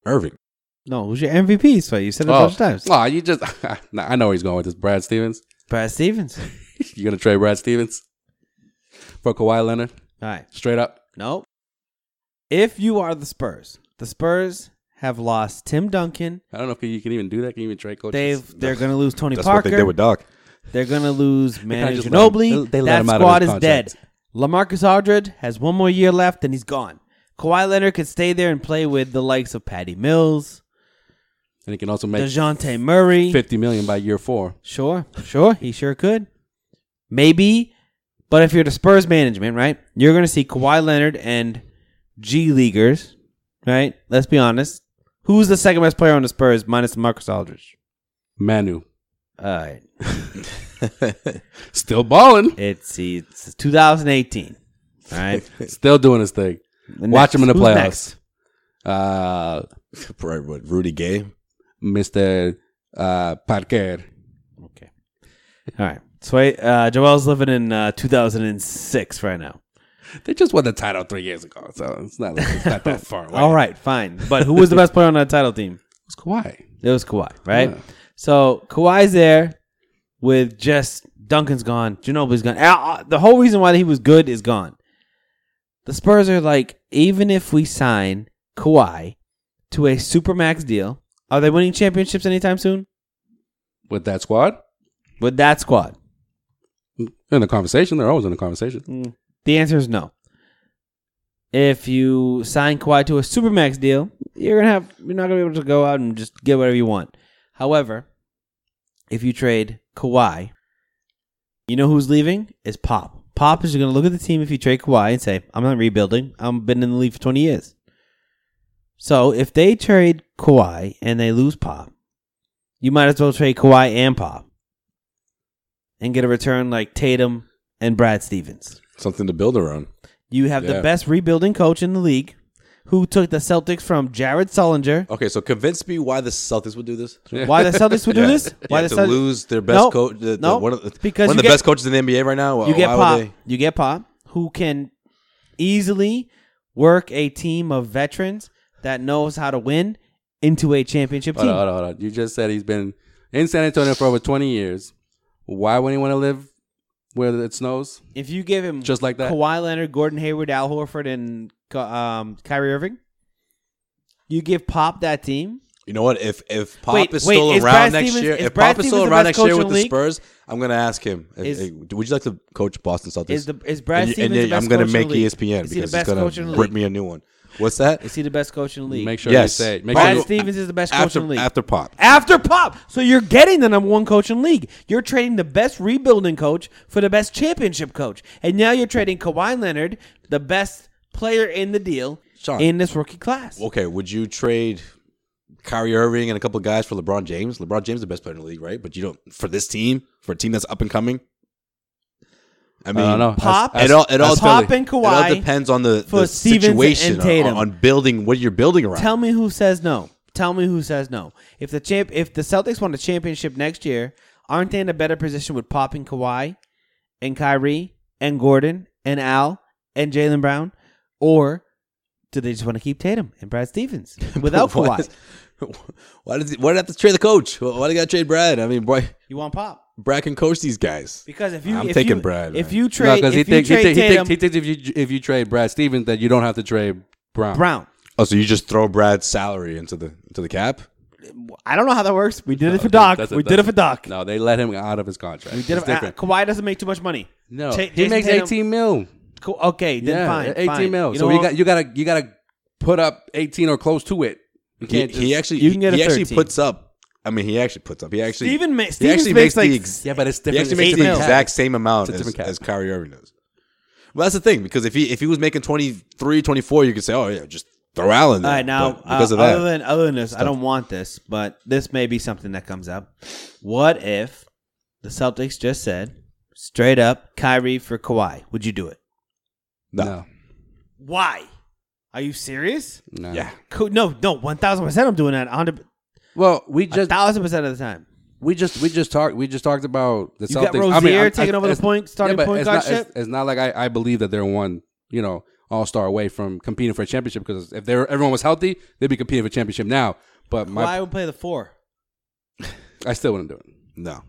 Irving. No, who's your MVP, Sway? You said it a Oh, bunch of times. Ah. aw, you just. nah, I know where he's going with this. Brad Stevens. Brad Stevens. You gonna trade Brad Stevens for Kawhi Leonard? All right. Straight up. No. If you are the Spurs, the Spurs have lost Tim Duncan. I don't know if you can even do that. Can you even trade coaches? They've they're going to lose Tony That's what Parker. they did with Doc. They're going to lose Manu just let him- Ginobili. they- they let that him out of squad his is dead. contract. LaMarcus Aldridge has one more year left and he's gone. Kawhi Leonard could stay there and play with the likes of Patty Mills, and he can also make DeJounte Murray. fifty million by year four. Sure, sure, he sure could. Maybe, but if you're the Spurs management, right, you're going to see Kawhi Leonard and G Leaguers, right? Let's be honest. Who's the second best player on the Spurs minus Marcus Aldridge? Manu All right, still balling, it's it's 2018. All right, still doing his thing. The next- Watch him in the who's playoffs. next? Uh, Right, what, Rudy Gay? Mister uh, Parker. Okay, all right. So uh, Joel's living in uh, 2006 right now. They just won the title three years ago, so it's not it's not that far away. All right, fine. But who was the best player on that title team? it's Kawhi. It was Kawhi, right? Yeah. So Kawhi's there with just Duncan's gone, Ginobili's gone. Al- uh, The whole reason why he was good is gone. The Spurs are like, even if we sign Kawhi to a supermax deal, are they winning championships anytime soon With that squad with that squad? in the conversation, they're always in the conversation. The answer is no. If you sign Kawhi to a supermax deal, you're gonna have you're not gonna be able to go out and just get whatever you want. However, if you trade Kawhi, you know who's leaving is Pop. Pop is gonna look at the team if you trade Kawhi and say, "I'm not rebuilding. I've been in the league for 20 years." So if they trade Kawhi and they lose Pop, you might as well trade Kawhi and Pop and get a return like Tatum and Brad Stevens. Something to build around. You have the Yeah. best rebuilding coach in the league, who took the Celtics from Jared Sullinger. Okay, so convince me why the Celtics would do this. Why the Celtics would Yeah. do this? Why yeah, the to Celtics? lose their best No, coach, the, the- no, one of the, because one you of the get- best coaches in the NBA right now. You get why Pop. Would they, You get Pop, who can easily work a team of veterans that knows how to win into a championship Hold team. on, hold on, hold on. You just said he's been in San Antonio for over twenty years. Why wouldn't he want to live where it snows? If you give him Just like that? Kawhi Leonard, Gordon Hayward, Al Horford, and um, Kyrie Irving, you give Pop that team. you know what? If if Pop Wait, is wait, still is around Brad next Stevens- year, is if Brad Pop is still Stevens the around best next coach year in with the the league? Spurs, I'm gonna ask him. if- Is- hey, would you like to coach Boston Celtics? Is the is Brad and, you- Stevens and the then best I'm gonna coach in make E the ESPN league? Is he the because he's best gonna coach in the rip league? me a new one. What's that? Is he the best coach in the league? Make sure Yes. you say it. Make Brad sure you- Stevens is the best coach After in the league. after Pop, After Pop. So you're getting the number one coach in the league. You're trading the best rebuilding coach for the best championship coach. And now you're trading Kawhi Leonard, the best player in the deal Sean. in this rookie class. okay. Would you trade Kyrie Irving and a couple guys for LeBron James? LeBron James is the best player in the league, right? But you don't for this team, for a team that's up and coming. I mean, I don't know. Pop, It all, it all, That's Pop Philly. and it all Kawhi. depends on the, for the Stevens and situation on- Tatum. On, building what you're building around. Tell me who says no. Tell me who says no. If the champ, if the Celtics won the championship next year, aren't they in a better position with Pop and Kawhi, and Kyrie and Gordon and Al and Jalen Brown, or do they just want to keep Tatum and Brad Stevens without Why Kawhi? does- Why does he, why do they have to trade the coach? Why do you got to trade Brad? I mean, boy, You want Pop Brad can coach these guys. because if you I'm if taking you, Brad, if man. you No, trade because if he you thinks he, trade think, he, Tatum think, he thinks if you if you trade Brad Stevens that you don't have to trade Brown. Brown. Oh, so you just throw Brad's salary into the into the cap? I don't know how that works. We did it for That's a- Doc. that's a- we that's did it a- for Doc. No, they let him out of his contract. we did it. It's For, different. Kawhi doesn't make too much money. no, Ch- he Jason makes Tatum- eighteen mil. Cool. Okay, then yeah, fine. eighteen fine. mil. You so know you what? got you gotta you gotta put up eighteen or close to it. You He, can't he just- actually you can get he a actually 13. puts up. I mean, he actually puts up. He actually Steven ma- he Stevens actually makes like- the ex- yeah, but it's he actually different. it's makes the different cap. exact same amount It's a as, different cap. as Kyrie Irving does. Well, that's the thing because if he if he was making 23, 24, you could say, oh yeah, just throw Allen. There. All right, now But because uh, of that, other than other than this, I don't want this, but this may be something that comes up. What if the Celtics just said straight up Kyrie for Kawhi? Would you do it? no. No, Why? Are you serious? no. yeah, Co- No, no, one thousand percent. I'm doing that. A hundred, Well, we a just thousand percent of the time. we just we just talked we just talked about the You Celtics. got Rozier taking over the it's- point- starting but point it's guard not- it's- shit? It's not like I, I believe that they're one you know all star away from competing for a championship because if they were- everyone was healthy, they'd be competing for a championship now. But my Why would play the four? I still wouldn't do it. no.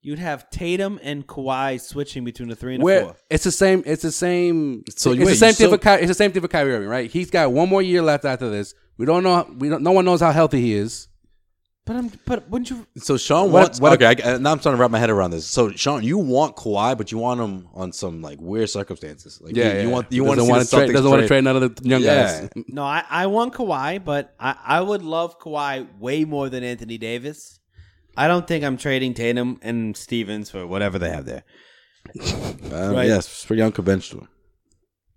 You'd have Tatum and Kawhi switching between the three and the Where four. it's the same, it's the same. So it's wait, the same so- thing for Ky- it's the same thing for Kyrie Irving, right? He's got one more year left after this. We don't know. We don't. No one knows how healthy he is. But I'm. But wouldn't you? So Sean What- wants. what- okay, I, I- now I'm starting to wrap my head around this. So Sean, you want Kawhi, but you want him on some like weird circumstances. Like you, you want you want to doesn't see wanna the trade. Celtics Doesn't want to trade- trade none of the young Yeah. guys. No, I, I want Kawhi, but I, I would love Kawhi way more than Anthony Davis. I don't think I'm trading Tatum and Stevens for whatever they have there. Um, Right. Yes, it's pretty unconventional.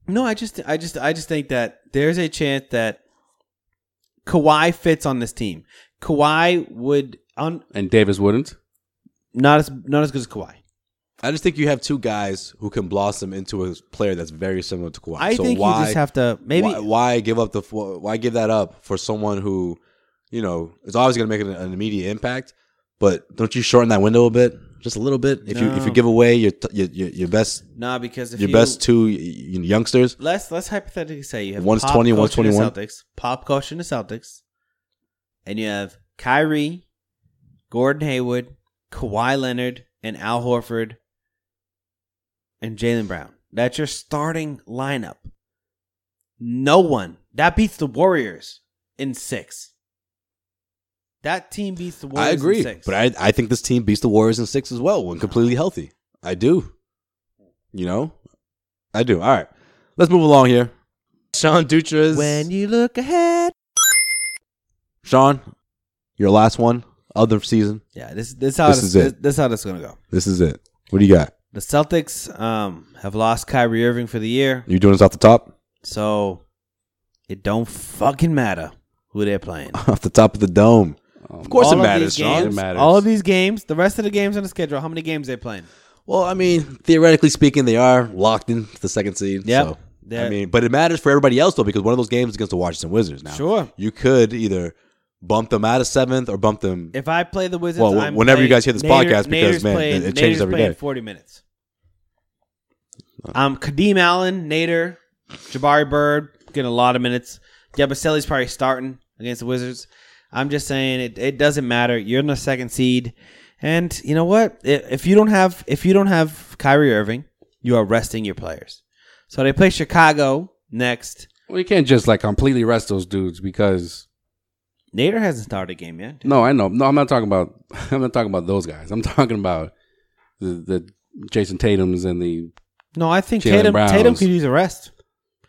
No, I just I just I just think that there's a chance that Kawhi fits on this team. Kawhi would on And Davis wouldn't. not as not as good as Kawhi. I just think you have two guys who can blossom into a player that's very similar to Kawhi. I so think why, you just have to maybe why, why give up the why give that up for someone who you know is always going to make an, an immediate impact? But don't you shorten that window a bit, just a little bit? If you if you No. give away your t- your, your your best nah because if your you, best two y- y- youngsters, let's let's hypothetically say you have One's Pop 20, one's coaching the 21. Celtics, Pop coaching the Celtics, and you have Kyrie, Gordon Hayward, Kawhi Leonard, and Al Horford, and Jalen Brown. That's your starting lineup. No one that beats the Warriors in six. That team beats the Warriors. I agree. In six. But I I think this team beats the Warriors in six as well when completely healthy. I do. You know, I do. All right, let's move along here. Sean Dutra's when you look ahead, Sean, your last one of the season. yeah, this this how This is this, it. this how this is gonna go. This is it. What do you got? The Celtics um, have lost Kyrie Irving for the year. You doing this off the top? So it don't fucking matter who they're playing. off the top of the dome. of course all it of matters, these Sean. games- It matters. All of these games, the rest of the games on the schedule, how many games they playing? Well, I mean, theoretically speaking, they are locked into the second seed. Yep. So, I They're- mean, but it matters for everybody else though, because one of those games is against the Washington Wizards. Now, Sure. you could either bump them out of seventh or bump them. If I play the Wizards, Well, I'm whenever you playing- guys hear this podcast, because, man, it- it changes Nader's every playing day. Forty minutes. Um, Kadeem Allen, Nader, Jabari Bird getting a lot of minutes. Debaselli's probably starting against the Wizards. I'm just saying it, it doesn't matter. You're in the second seed, and you know what? I- If you don't have if you don't have Kyrie Irving, you are resting your players. So they play Chicago next. Well, you can't just like completely rest those dudes because Nader hasn't started a game yet. no, I know. No, I'm not talking about. I'm not talking about those guys. I'm talking about the, the Jason Tatum's and the. No, I think Jalen Tatum Brown's- Tatum could use a rest.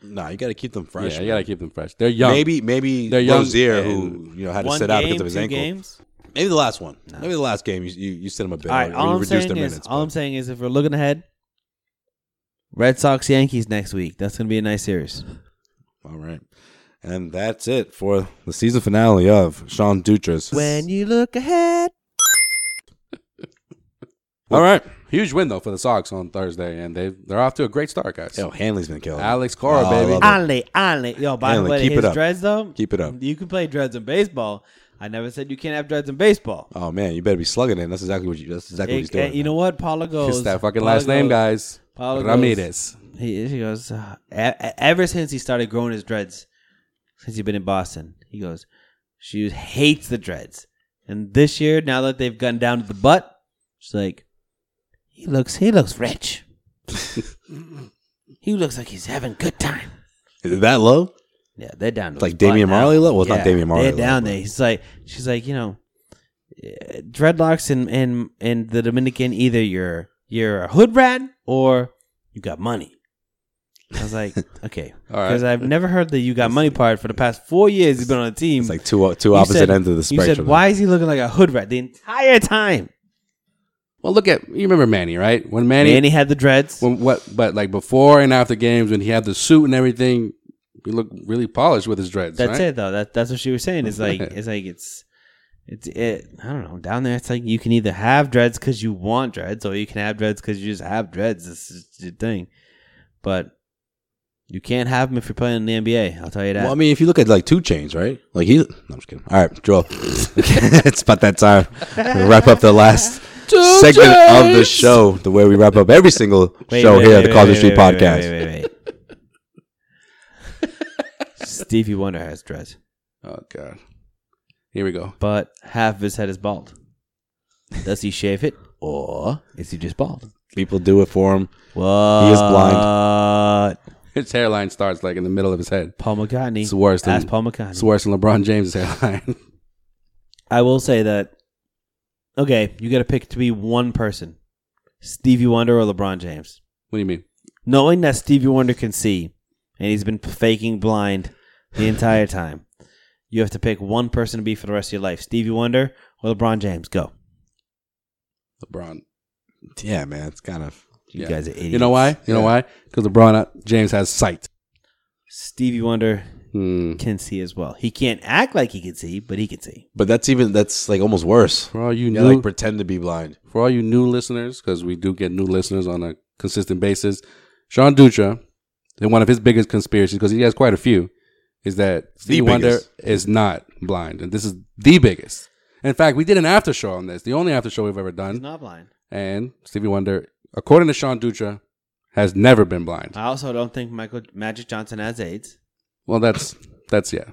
Nah, you got to keep them fresh. yeah, you gotta keep them fresh. They're young. Maybe maybe They're young Rozier, and- who you know had to One sit out game, because of his two ankle. games. Maybe the last one. Maybe the last game you you, you sit them a bit. All right, or all you I'm, reduce saying their is, minutes. all but- I'm saying is if we're looking ahead, Red Sox Yankees next week. That's going to be a nice series. All right. And that's it for the season finale of Sean Dutra's. When you look ahead, All right. huge win though for the Sox on Thursday, and they they're off to a great start, guys. Yo, Hanley's been killing. it. Alex Cora, Oh, I baby. love it. only, only. Yo, by the Hanley, way, keep it his up. dreads though. Keep it up. You can play dreads in baseball. I never said you can't have dreads in baseball. Oh man, you better be slugging it. That's exactly what you. That's exactly what he's It- doing. and you know what? Paula goes. It's that fucking Paula last name, goes- guys. Paolo Ramirez. He, he goes. Uh, e- e- ever since he started growing his dreads, since he's been in Boston, he goes. She hates the dreads, and this year, now that they've gotten down to the butt, she's like, he looks. He looks rich. he looks like he's having a good time. Is it that low? Yeah, they're down. To Like his butt Damian now. Marley level? Well, it's not Damian Marley They're down level, there. but- He's like, she's like, you know, eh, dreadlocks and and and the Dominican. Either you're you're a hood rat or you got money. I was like, okay, All right. because I've never heard the you got money part for the past four years. He's been on the team. It's like two two You opposite said- ends of the spectrum. You said, why is he looking like a hood rat the entire time? Well, look at you remember Manny, right? When And Manny, he, had the dreads. when what, but like before and after games when he had the suit and everything, he looked really polished with his dreads. that's right? it though. That that's what she was saying. It's like it's like it's it's it. I don't know. Down there, it's like you can either have dreads because you want dreads, or you can have dreads because you just have dreads. This is the thing. But you can't have them if you're playing in the NBA. I'll tell you that. Well, I mean, if you look at like two chains, right? Like he. No, I'm just kidding. All right, Joel. it's about that time. We wrap up the last segment of the show, the way we wrap up every single Wait, show wait, here wait, at the wait, Causeway wait, Street wait, wait, Podcast. wait, wait, wait, wait. Stevie Wonder has dreads, Oh god, here we go. but half of his head is bald. Does he shave it Or is he just bald? People do it for him. What? He is blind. His hairline starts like in the middle of his head. Paul McCartney. It's worse than- That's Paul McCartney. It's worse than LeBron James' hairline. I will say that. Okay, you got to pick to be one person: Stevie Wonder or LeBron James. what do you mean? Knowing that Stevie Wonder can see, and he's been faking blind the entire time, you have to pick one person to be for the rest of your life: Stevie Wonder or LeBron James. Go. LeBron. Yeah, man. It's kind of. You Yeah. guys are idiots. You know why? You know why? Because LeBron uh, James has sight. Stevie Wonder Hmm. can see as well. He can't act like he can see, but he can see. But that's even that's like almost worse. For all you They new, like pretend to be blind. for all you new listeners, because we do get new listeners on a consistent basis, Sean Dutra, in one of his biggest conspiracies, because he has quite a few, is that Stevie Wonder biggest. is not blind, and this is the biggest. In fact, we did an after show on this, the only after show we've ever He's done, not blind. and Stevie Wonder, according to Sean Dutra, has never been blind. I also don't think Michael Magic Johnson has AIDS. Well, that's that's yeah.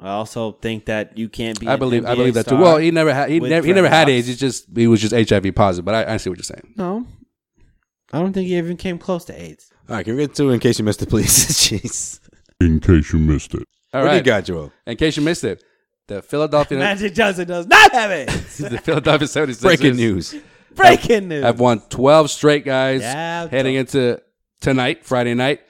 I also think that you can't be. I an believe I NBA believe that too. star Well, he never had he with never he never had dreadlocks. AIDS. He just he was just HIV positive. But I, I see what you're saying. No, I don't think he even came close to AIDS. All right, can we get to in case you missed it, please? Jeez. All what right. do you got, Joel? In case you missed it, the Philadelphia Magic Johnson does not have AIDS. the Philadelphia 76ers Breaking news. Breaking news. have won 12 straight guys Yeah, heading into tonight, Friday night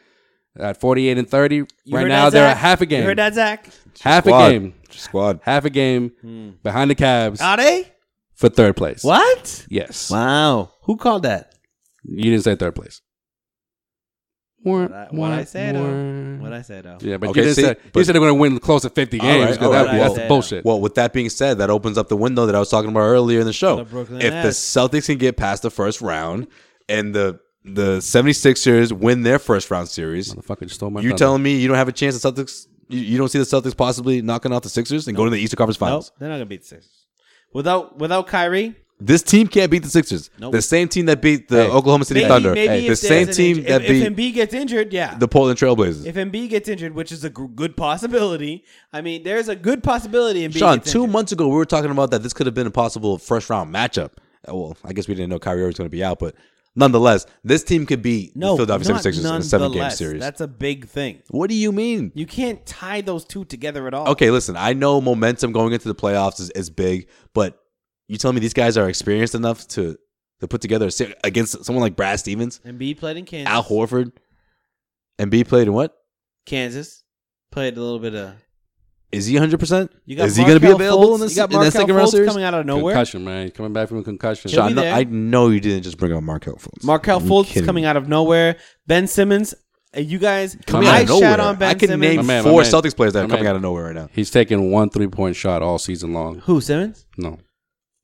at 48 and 30. You right heard now that, they're at Zach? half a game. You heard that, Zach? Half Squad. a game. Squad. Half a game behind the Cavs Are they? for third place. Hmm. What? Yes. Wow. Who called that? You didn't say third place. What, What I say though. What I uh, say though. Yeah, but Okay, you didn't see, say you but- said they're going to win close to fifty All games. right, 'cause all that'd right, be- well- that's bullshit. Well, with that being said, that opens up the window that I was talking about earlier in the show. The Brooklyn if the Nets. Celtics can get past the first round and the the 76ers win their first round series, Motherfucker just stole my. you thunder. telling me you don't have a chance the Celtics you, you don't see the Celtics possibly knocking out the Sixers and going to the Eastern Conference Nope. Finals? They're not gonna beat the Sixers. Without without Kyrie, This team can't beat the Sixers. Nope. The same team that beat the Hey. Oklahoma City maybe, Thunder. maybe Hey, if the there's same an team inju- that if, beat if Embiid gets injured, yeah. the Portland Trailblazers. if Embiid gets injured, which is a g- good possibility, I mean, there's a good possibility Embiid. Sean, gets two injured. months ago, we were talking about that this could have been a possible first round matchup. Uh, Well, I guess we didn't know Kyrie Irving was going to be out, but nonetheless, this team could beat No, the Philadelphia not 76ers in a seven game nonetheless. series. That's a big thing. what do you mean? You can't tie those two together at all. Okay, listen, I know momentum going into the playoffs is, is big, but you telling me these guys are experienced enough to, to put together a series against someone like Brad Stevens, Embiid played in Kansas. Al Horford, and B played in what? Kansas played a little bit of. Is he 100%? You got Is he going to be Markelle available Fultz- in, this, you got in that Markelle second round Fultz series? coming out of nowhere. Concussion, man. He's coming back from a concussion. He'll Sean, be no, there. I know you didn't just bring up Markel Fultz. Markel You Fultz kidding me. coming out of nowhere. Ben Simmons, uh, you guys, coming I out of nowhere. shout on Ben I can Simmons. name My man, my four man. Celtics players that My are coming man. out of nowhere right now. He's taken one three point shot all season long. who Simmons.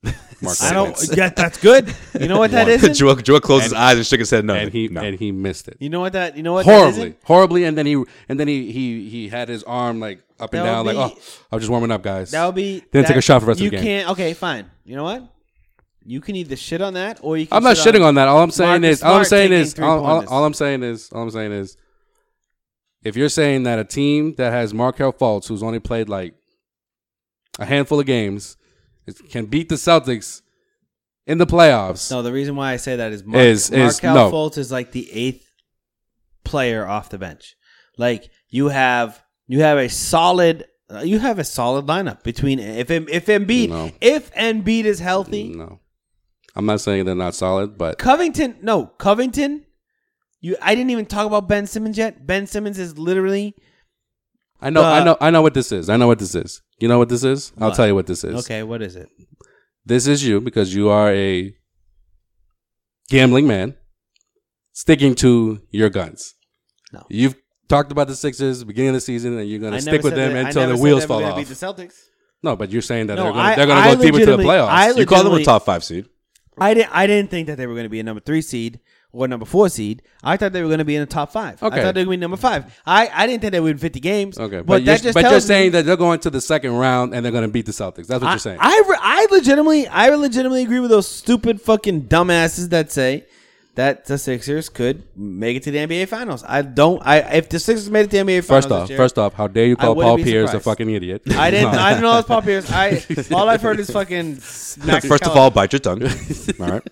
No, Mark I don't. Simmons. Yeah, that's good. You know what that isn't. Joel, Joel closed his eyes and shook his head. No, and he no. and he missed it You know what that. You know what that horribly, isn't? horribly. And then he and then he he he had his arm like up and That down, would like be- oh, I'm just warming up, guys. That would be. Then that- take a shot for the rest of you the game. can't. Okay, fine. You know what? You can either shit on that or you. can I'm not shit shitting on that. All I'm saying Marcus is, all I'm Smart saying taking is, all, all, three-pointers. all I'm saying is, all I'm saying is, if you're saying that a team that has Markel Fultz, who's only played like a handful of games, is, can beat the Celtics in the playoffs, No, the reason why I say that is Mark, Is- is- Markel no. Fultz is like the eighth player off the bench. Like you have you have a solid uh, you have a solid lineup between if Em- if Embiid No. if Embiid is healthy, no, I'm not saying they're not solid, but Covington no Covington. You I didn't even talk about Ben Simmons yet. Ben Simmons is literally I know, I Uh, know, I know what this is. I know what this is. You know what this is? I'll What? tell you what this is. okay. What is it? this is you because you are a gambling man sticking to your guns. No. You've talked about the Sixers at the beginning of the season and you're going I to never stick with said them that- I until never the said wheels they were fall gonna off. Beat the Celtics. no, but you're saying that No, they're I- going they're going I to go deep into the legitimately- playoffs. I you call them a legitimately- top five seed. I didn't. I didn't think that they were going to be a number three seed or number four seed. I thought they were going to be in the top five. Okay. I thought they were going to be number five. I, I didn't think they would win fifty games. okay, but, but, you're, that just but tells you're me- saying that they're going to the second round and they're going to beat the Celtics. That's what I, you're saying. I, re- I legitimately I legitimately agree with those stupid fucking dumbasses that say that the Sixers could make it to the NBA Finals. I don't. I if the Sixers made it to the NBA Finals, first this off, year- first off, how dare you I call wouldn't Paul be Pierce a surprised. fucking idiot? I didn't. No. I didn't know it was Paul Pierce. I all I've heard is fucking. First Max of Kellerman. all, bite your tongue. all right.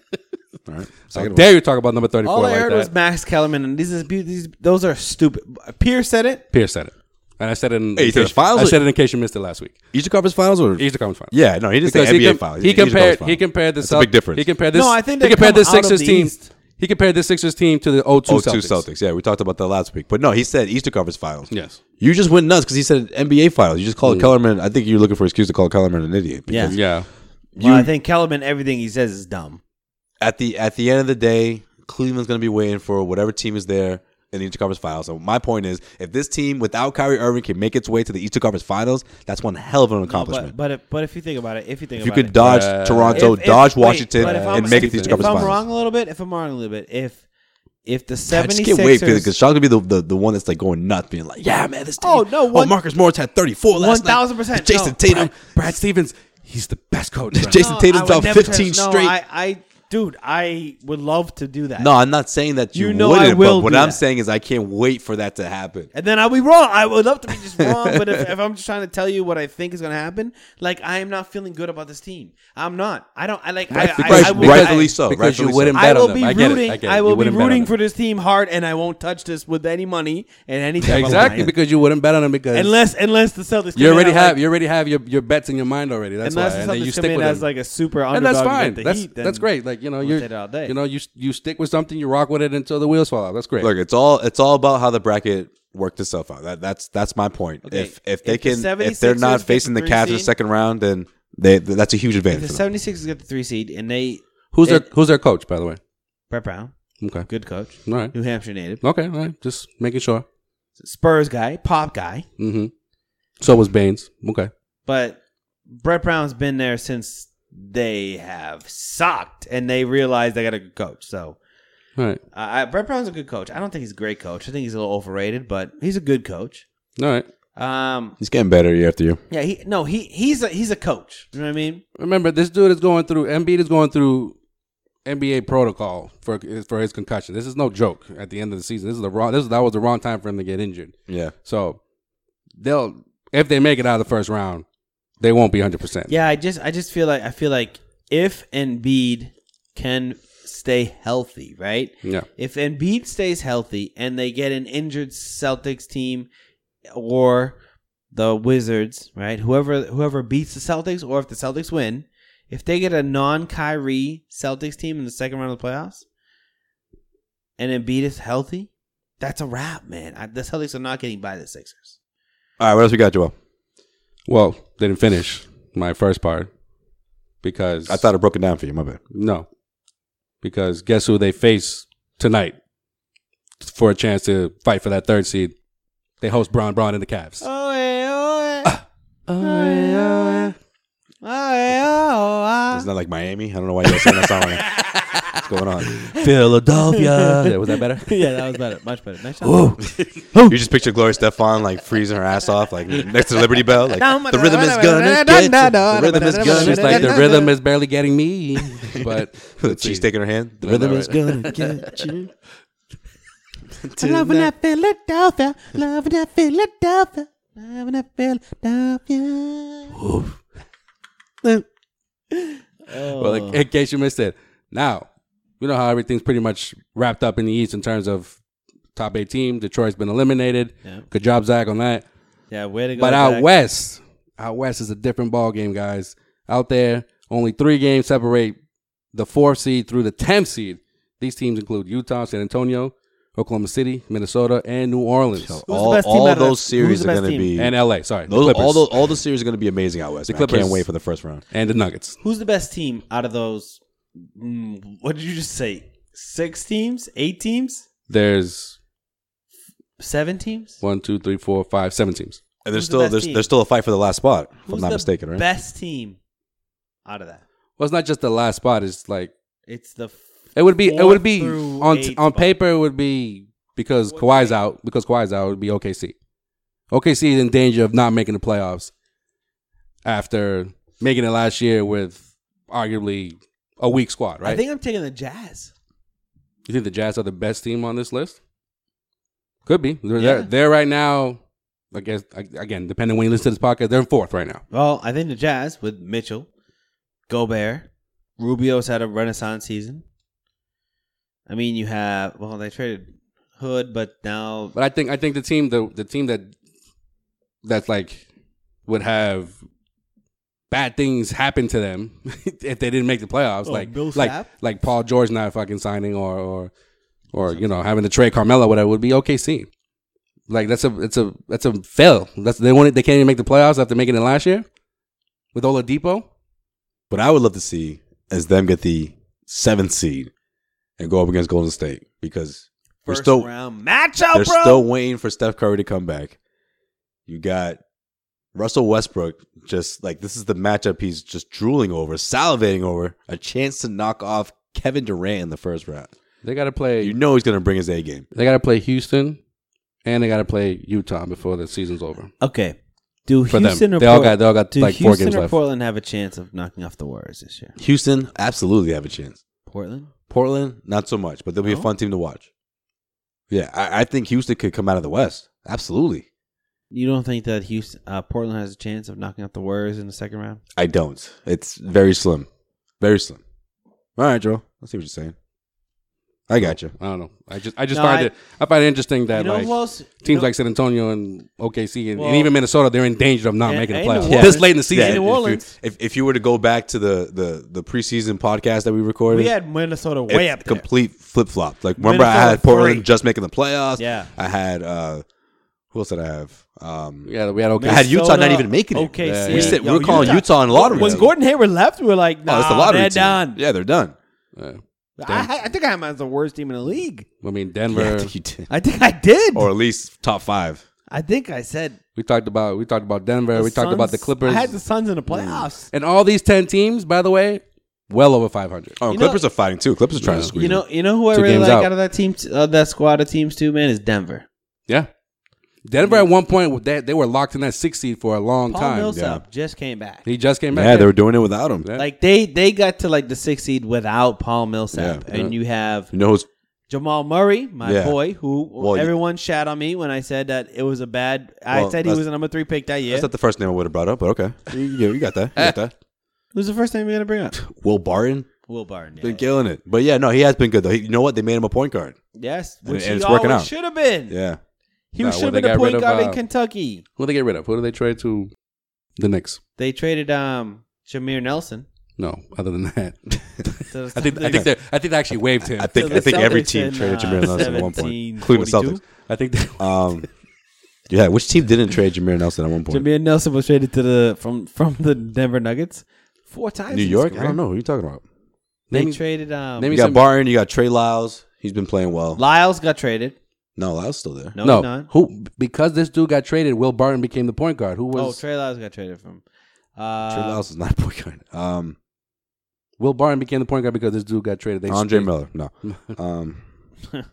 All right. How dare you talk about number 34 All I like heard that. was Max Kellerman, and these is be- these those are stupid. Pierce said it. Pierce said it. And I said it in, Hey, in you said case- the finals I or- said it in case you missed it last week. Eastern Conference Finals or Eastern Conference Finals. Yeah, no, he didn't Because say he, NBA com- Finals. he Eastern Conference compared he Finals. compared this That's a big difference. He compared this No, I think he they compared come this out of Sixers the team. East. He compared this Sixers team to the 0-2 Oh, two Celtics. Celtics. Yeah, we talked about that last week. But no, he said Eastern Conference Finals. Yes. You just went nuts because he said NBA Finals. You just called Kellerman. I think you're looking for an excuse to call Kellerman an idiot. because Yeah. Yeah. Well, I think Kellerman, everything he says is dumb. at the at the end of the day, Cleveland's going to be waiting for whatever team is there in the Eastern Conference Finals. So my point is, if this team without Kyrie Irving can make its way to the Eastern Conference Finals, that's one hell of an accomplishment. But but if, but if you think about it, if you think if you about could it, dodge Uh, Toronto, If- if- dodge wait, Washington, but if I'm- and make it to the Eastern If Conference I'm Finals, wrong a little bit, if I'm wrong a little bit, if if the I 76ers just can't wait because Sean's gonna be the, the the one that's like going nuts, being like, "Yeah, man, this team." Oh, no, oh, one- Marcus Morris had thirty four last night. 1000%, Jason no. Tatum, Brad Stevens, he's the best coach. Brad. Jason No, I Tatum would dropped never fifteen trans- no, straight. I, I dude, I would love to do that. no, I'm not saying that you, You know wouldn't. I will but what do I'm that. saying is, I can't wait for that to happen. And then I'll be wrong. I would love to be just wrong, but if, if I'm just trying to tell you what I think is going to happen, like I am not feeling good about this team. I'm not. I don't. I like. I, I, Right- I, will- rightfully I- so. Because rightfully you wouldn't so. bet I on will them. be I get it, rooting. I I, get it. You will be wouldn't bet on rooting them. for this team hard, and I won't touch this with any money and any type Exactly, of line. because you wouldn't bet on him because unless unless the Celtics come you in already at, have like, you already have your, your bets in your mind already. That's unless why, the and then Celtics you stick come in with as him. like a super underdog and that's against fine. the That's Heat, then that's great. Like you know, we'll you take it all day. you know you you stick with something, you rock with it until the wheels fall off. That's great. Look, it's all it's all about how the bracket worked itself out. That that's that's my point. Okay. If if they If the can if they're 76ers not get facing the the three Cavs in the seed- second round, then they th- that's a huge if advantage. the For them. 76ers get the three seed and they who's their it- who's their coach, by the way? Brett Brown, Okay, good coach, all right, New Hampshire native, okay, all right. Just making sure. Spurs guy, pop guy, Mm-hmm. So was Baines. Okay, but Brett Brown's been there since they have sucked and they realized they got a good coach. So all right, uh, I, Brett Brown's a good coach. I don't think he's a great coach. I think he's a little overrated, but he's a good coach. all right. Um, He's getting better year after year. yeah, he no, he he's a he's a coach. You know what I mean? Remember, this dude is going through. Embiid is going through NBA protocol for for his concussion. This is no joke. At the end of the season, this is the wrong. This that was the wrong time for him to get injured. Yeah. So they'll if they make it out of the first round, they won't be hundred percent. Yeah, I just I just feel like I feel like if Embiid can stay healthy, right? Yeah. If Embiid stays healthy and they get an injured Celtics team or the Wizards, right? Whoever whoever beats the Celtics or if the Celtics win, if they get a non Kyrie Celtics team in the second round of the playoffs and Embiid is healthy, that's a wrap, man. I, the Celtics are not getting by the Sixers. All right. What else we got, Joel? Well, they didn't finish my first part because I thought I broke it down for you. My bad. no, because guess who they face tonight for a chance to fight for that third seed? They host Braun Braun and the Cavs. Oh, eh, oh, eh. Oh, eh, oh, ah. It's not like Miami. I don't know why you're saying that song. right now. What's going on? Philadelphia. yeah, was that better? yeah, that was better. Much better. Nice job. Whoa. You just picture Gloria Stefan like freezing her ass off, like next to the Liberty Bell. Like the rhythm is gonna get you. The rhythm is gonna She's like, the rhythm is barely getting me. But The cheese taking her hand. The Well, rhythm all is right. gonna get you. Loving that Philadelphia. Loving that Philadelphia. Loving that Philadelphia. Well, in- Oh. in case you missed it. Now, you know how everything's pretty much wrapped up in the East in terms of top eight team. Detroit's been eliminated. Yeah. Good job, Zach, on that. Yeah, way to go. But out Zach. west, out west is a different ball game, guys. Out there, only three games separate the fourth seed through the tenth seed. These teams include Utah, San Antonio, Oklahoma City, Minnesota, and New Orleans, the all best team all out of that- those who's series the are best going to team? be and LA. Sorry, the those Clippers, all those all the series are going to be amazing out west. The Clippers I Clippers- can't wait for the first round. and the Nuggets. Who's the best team out of those? Mm, what did you just say? Six teams? Eight teams? There's Seven teams? one, two, three, four, five, seven teams. And there's Who's the still best there's, team? there's still a fight for the last spot. If I'm Who's not the mistaken, right? Best team out of that. Well, it's not just the last spot. It's like It's the. It would be. It fourth would be through on eighth on spot. paper. It would be because Kawhi's out. Because Kawhi's out, it would be OKC. OKC is in danger of not making the playoffs after making it last year with arguably a weak squad. Right? I think I'm taking the Jazz. you think the Jazz are the best team on this list? Could be. They're Yeah. they're, they're right now. I guess ag- again, depending when you listen to this podcast, they're in fourth right now. Well, I think the Jazz with Mitchell, Gobert, Rubio's had a renaissance season. I mean, you have well, they traded Hood, but now But I think I think the team the the team that that's like would have bad things happen to them if they didn't make the playoffs. Oh, like Bill like Sapp? like Paul George not fucking signing or or or you know having to trade Carmelo whatever would be OKC. Like that's a it's a that's a fail. That's they wanted they can't even make the playoffs after making it last year with Oladipo. What I would love to see is them get the seventh seed and go up against Golden State because we're first still round matchup, they're bro. still waiting for Steph Curry to come back. You got Russell Westbrook just like this is the matchup he's just drooling over, salivating over a chance to knock off Kevin Durant in the first round. They got to play. You know he's going to bring his A game. they got to play Houston, and they got to play Utah before the season's over. okay, do For them. Houston or They all Port- got- they all got, do like, four Houston games or left. Portland have a chance of knocking off the Warriors this year? Houston absolutely have a chance. Portland, Portland not so much, but they'll Oh. be a fun team to watch. Yeah, I, I think Houston could come out of the West. Absolutely, you don't think that Houston, uh, Portland has a chance of knocking off the Warriors in the second round? I don't. It's very slim, very slim. All right, Joe. I see what you're saying. I got you. I don't know. I just I just No, find I- it I find it interesting that you know like who else? you teams know- like San Antonio and OKC and, Well- and even Minnesota they're in danger of not And- making the and New playoffs Orleans- this late in the season. Yeah, New if you- Orleans. If, if you were to go back to the the the preseason podcast that we recorded, we had Minnesota it's way up there. complete flip flop. Like remember, I Minnesota had Portland three. just making the playoffs. Yeah. I had uh who else did I have? Um, Yeah, we had OKC. I had Utah not Minnesota, even making it. OKC. Yeah, We yeah. said we Yo, were calling Utah- Utah, in lottery. When team. Gordon Hayward left, we were like, Oh, nah, it's the lottery they're team. done. Yeah, they're done. Yeah. I, I think I am as the worst team in the league. Uh, I mean Yeah, I Denver. think you did. I think I did. Or at least top five. I think I said we talked about we talked about Denver. the we talked about Suns- the Clippers. I had the Suns in the Mm. playoffs. and all these ten teams, by the way, well over five hundred. Oh, You know- Clippers are fighting too. Clippers are trying Yeah. to squeeze. You know, you know who I Two really games like out. out of that team, t- uh, that squad of teams too, man, is Denver. Yeah. Denver at one point they, they were locked in that six seed for a long Hmm. Paul time. Millsap just came back. He just came in. back. yeah, they were doing it without him. Yeah. Like they they got to like the sixth seed without Paul Millsap, Yeah, and yeah. you have You know who's Jamal Murray, my Yeah. boy, who Well, you- everyone shat on me when I said that it was a bad. I Well, said he that's- was a number three pick that year. that's not the first name I would have brought up, but okay. You, you- you got that. You got that. Who's the first name you're gonna bring up? Will Barton Will Barton. yeah. been killing it, but yeah, no, he has been good though. He, you know what? They made him a point guard. Yes, And- which and he it's working always out. should have been. Yeah, He Nah, should have well, they been a got point rid of, guard in uh, Kentucky. Who did they get rid of? Who did they trade to? The Knicks. They traded um Jameer Nelson. No, other than that, So I think I think they I think they actually waived him. I think the I think every Celtics team in, traded uh, Jameer Nelson at one point, including the Celtics. 1742? I think they, Um, yeah, which team didn't trade Jameer Nelson at one point? Jameer Nelson was traded to the from from the Denver Nuggets four times. New in his York? I career. don't know. Who are you talking about? They Name- traded um name- You me got some- Barton. You got Trey Lyles. He's been playing well. Lyles got traded. no, Lyles still there. No, he's not. who because this dude got traded, Will Barton became the point guard. Who Oh, was Trey Lyles got traded from. Uh, Trey Lyles is not a point guard. Um, Will Barton became the point guard because this dude got traded? They Andre they- Miller. No. Um,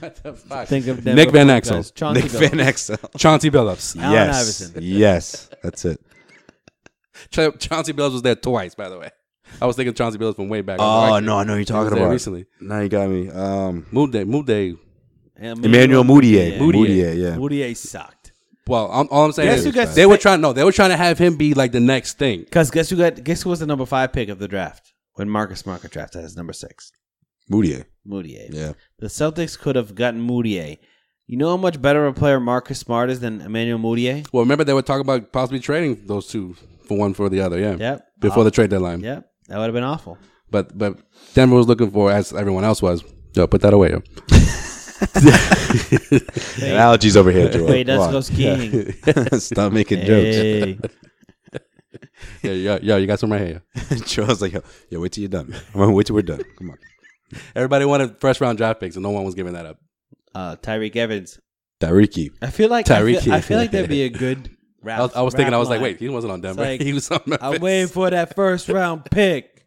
What the fuck? Think of Denver Nick Van point Exel. guards. Chauncey Nick Billups. Van Exel. Chauncey Billups. Allen yes. Iverson. uh, Yes. That's it. Cha- Chauncey Billups was there twice, by the way. I was thinking Chauncey Billups from way back. I was Oh, like, no. I know who you're he was talking there about. recently. Now you got me. Um, Move day, move day. And Emmanuel Moutier. Moutier. Moutier. yeah. Moutier sucked. Well, I'm, all I'm saying Guess is who got they were sick? trying. No, they were trying to have him be like the next thing. Because guess who got? Guess who was the number five pick of the draft when Marcus Market drafted as number six? Moutier. Moutier. Yeah. The Celtics could have gotten Moutier. You know how much better a player Marcus Smart is than Emmanuel Moutier? Well, remember they were talking about possibly trading those two for one for the other. Yeah. Yep. Uh, Uh-huh. Before the trade deadline. Yep. That would have been awful. But but Denver was looking for as everyone else was. Yo, put that away. Yo. Analogies over here, Joel. Wait, let's Come go on. skiing. Stop making Hey. Yeah, yo, yo, you got some right here. jokes. Joel's like, yo, yo, wait till you're done. I'm gonna wait till we're done. Come on. Everybody wanted first round draft picks, and no one was giving that up. Uh, Tyreek Evans. Dariki. I feel like I Tyreek. feel, I feel like that'd be a good I rap. was, I was thinking, rap I was like, line. wait, he wasn't on Denver. like, he was on Memphis. I'm waiting for that first round pick.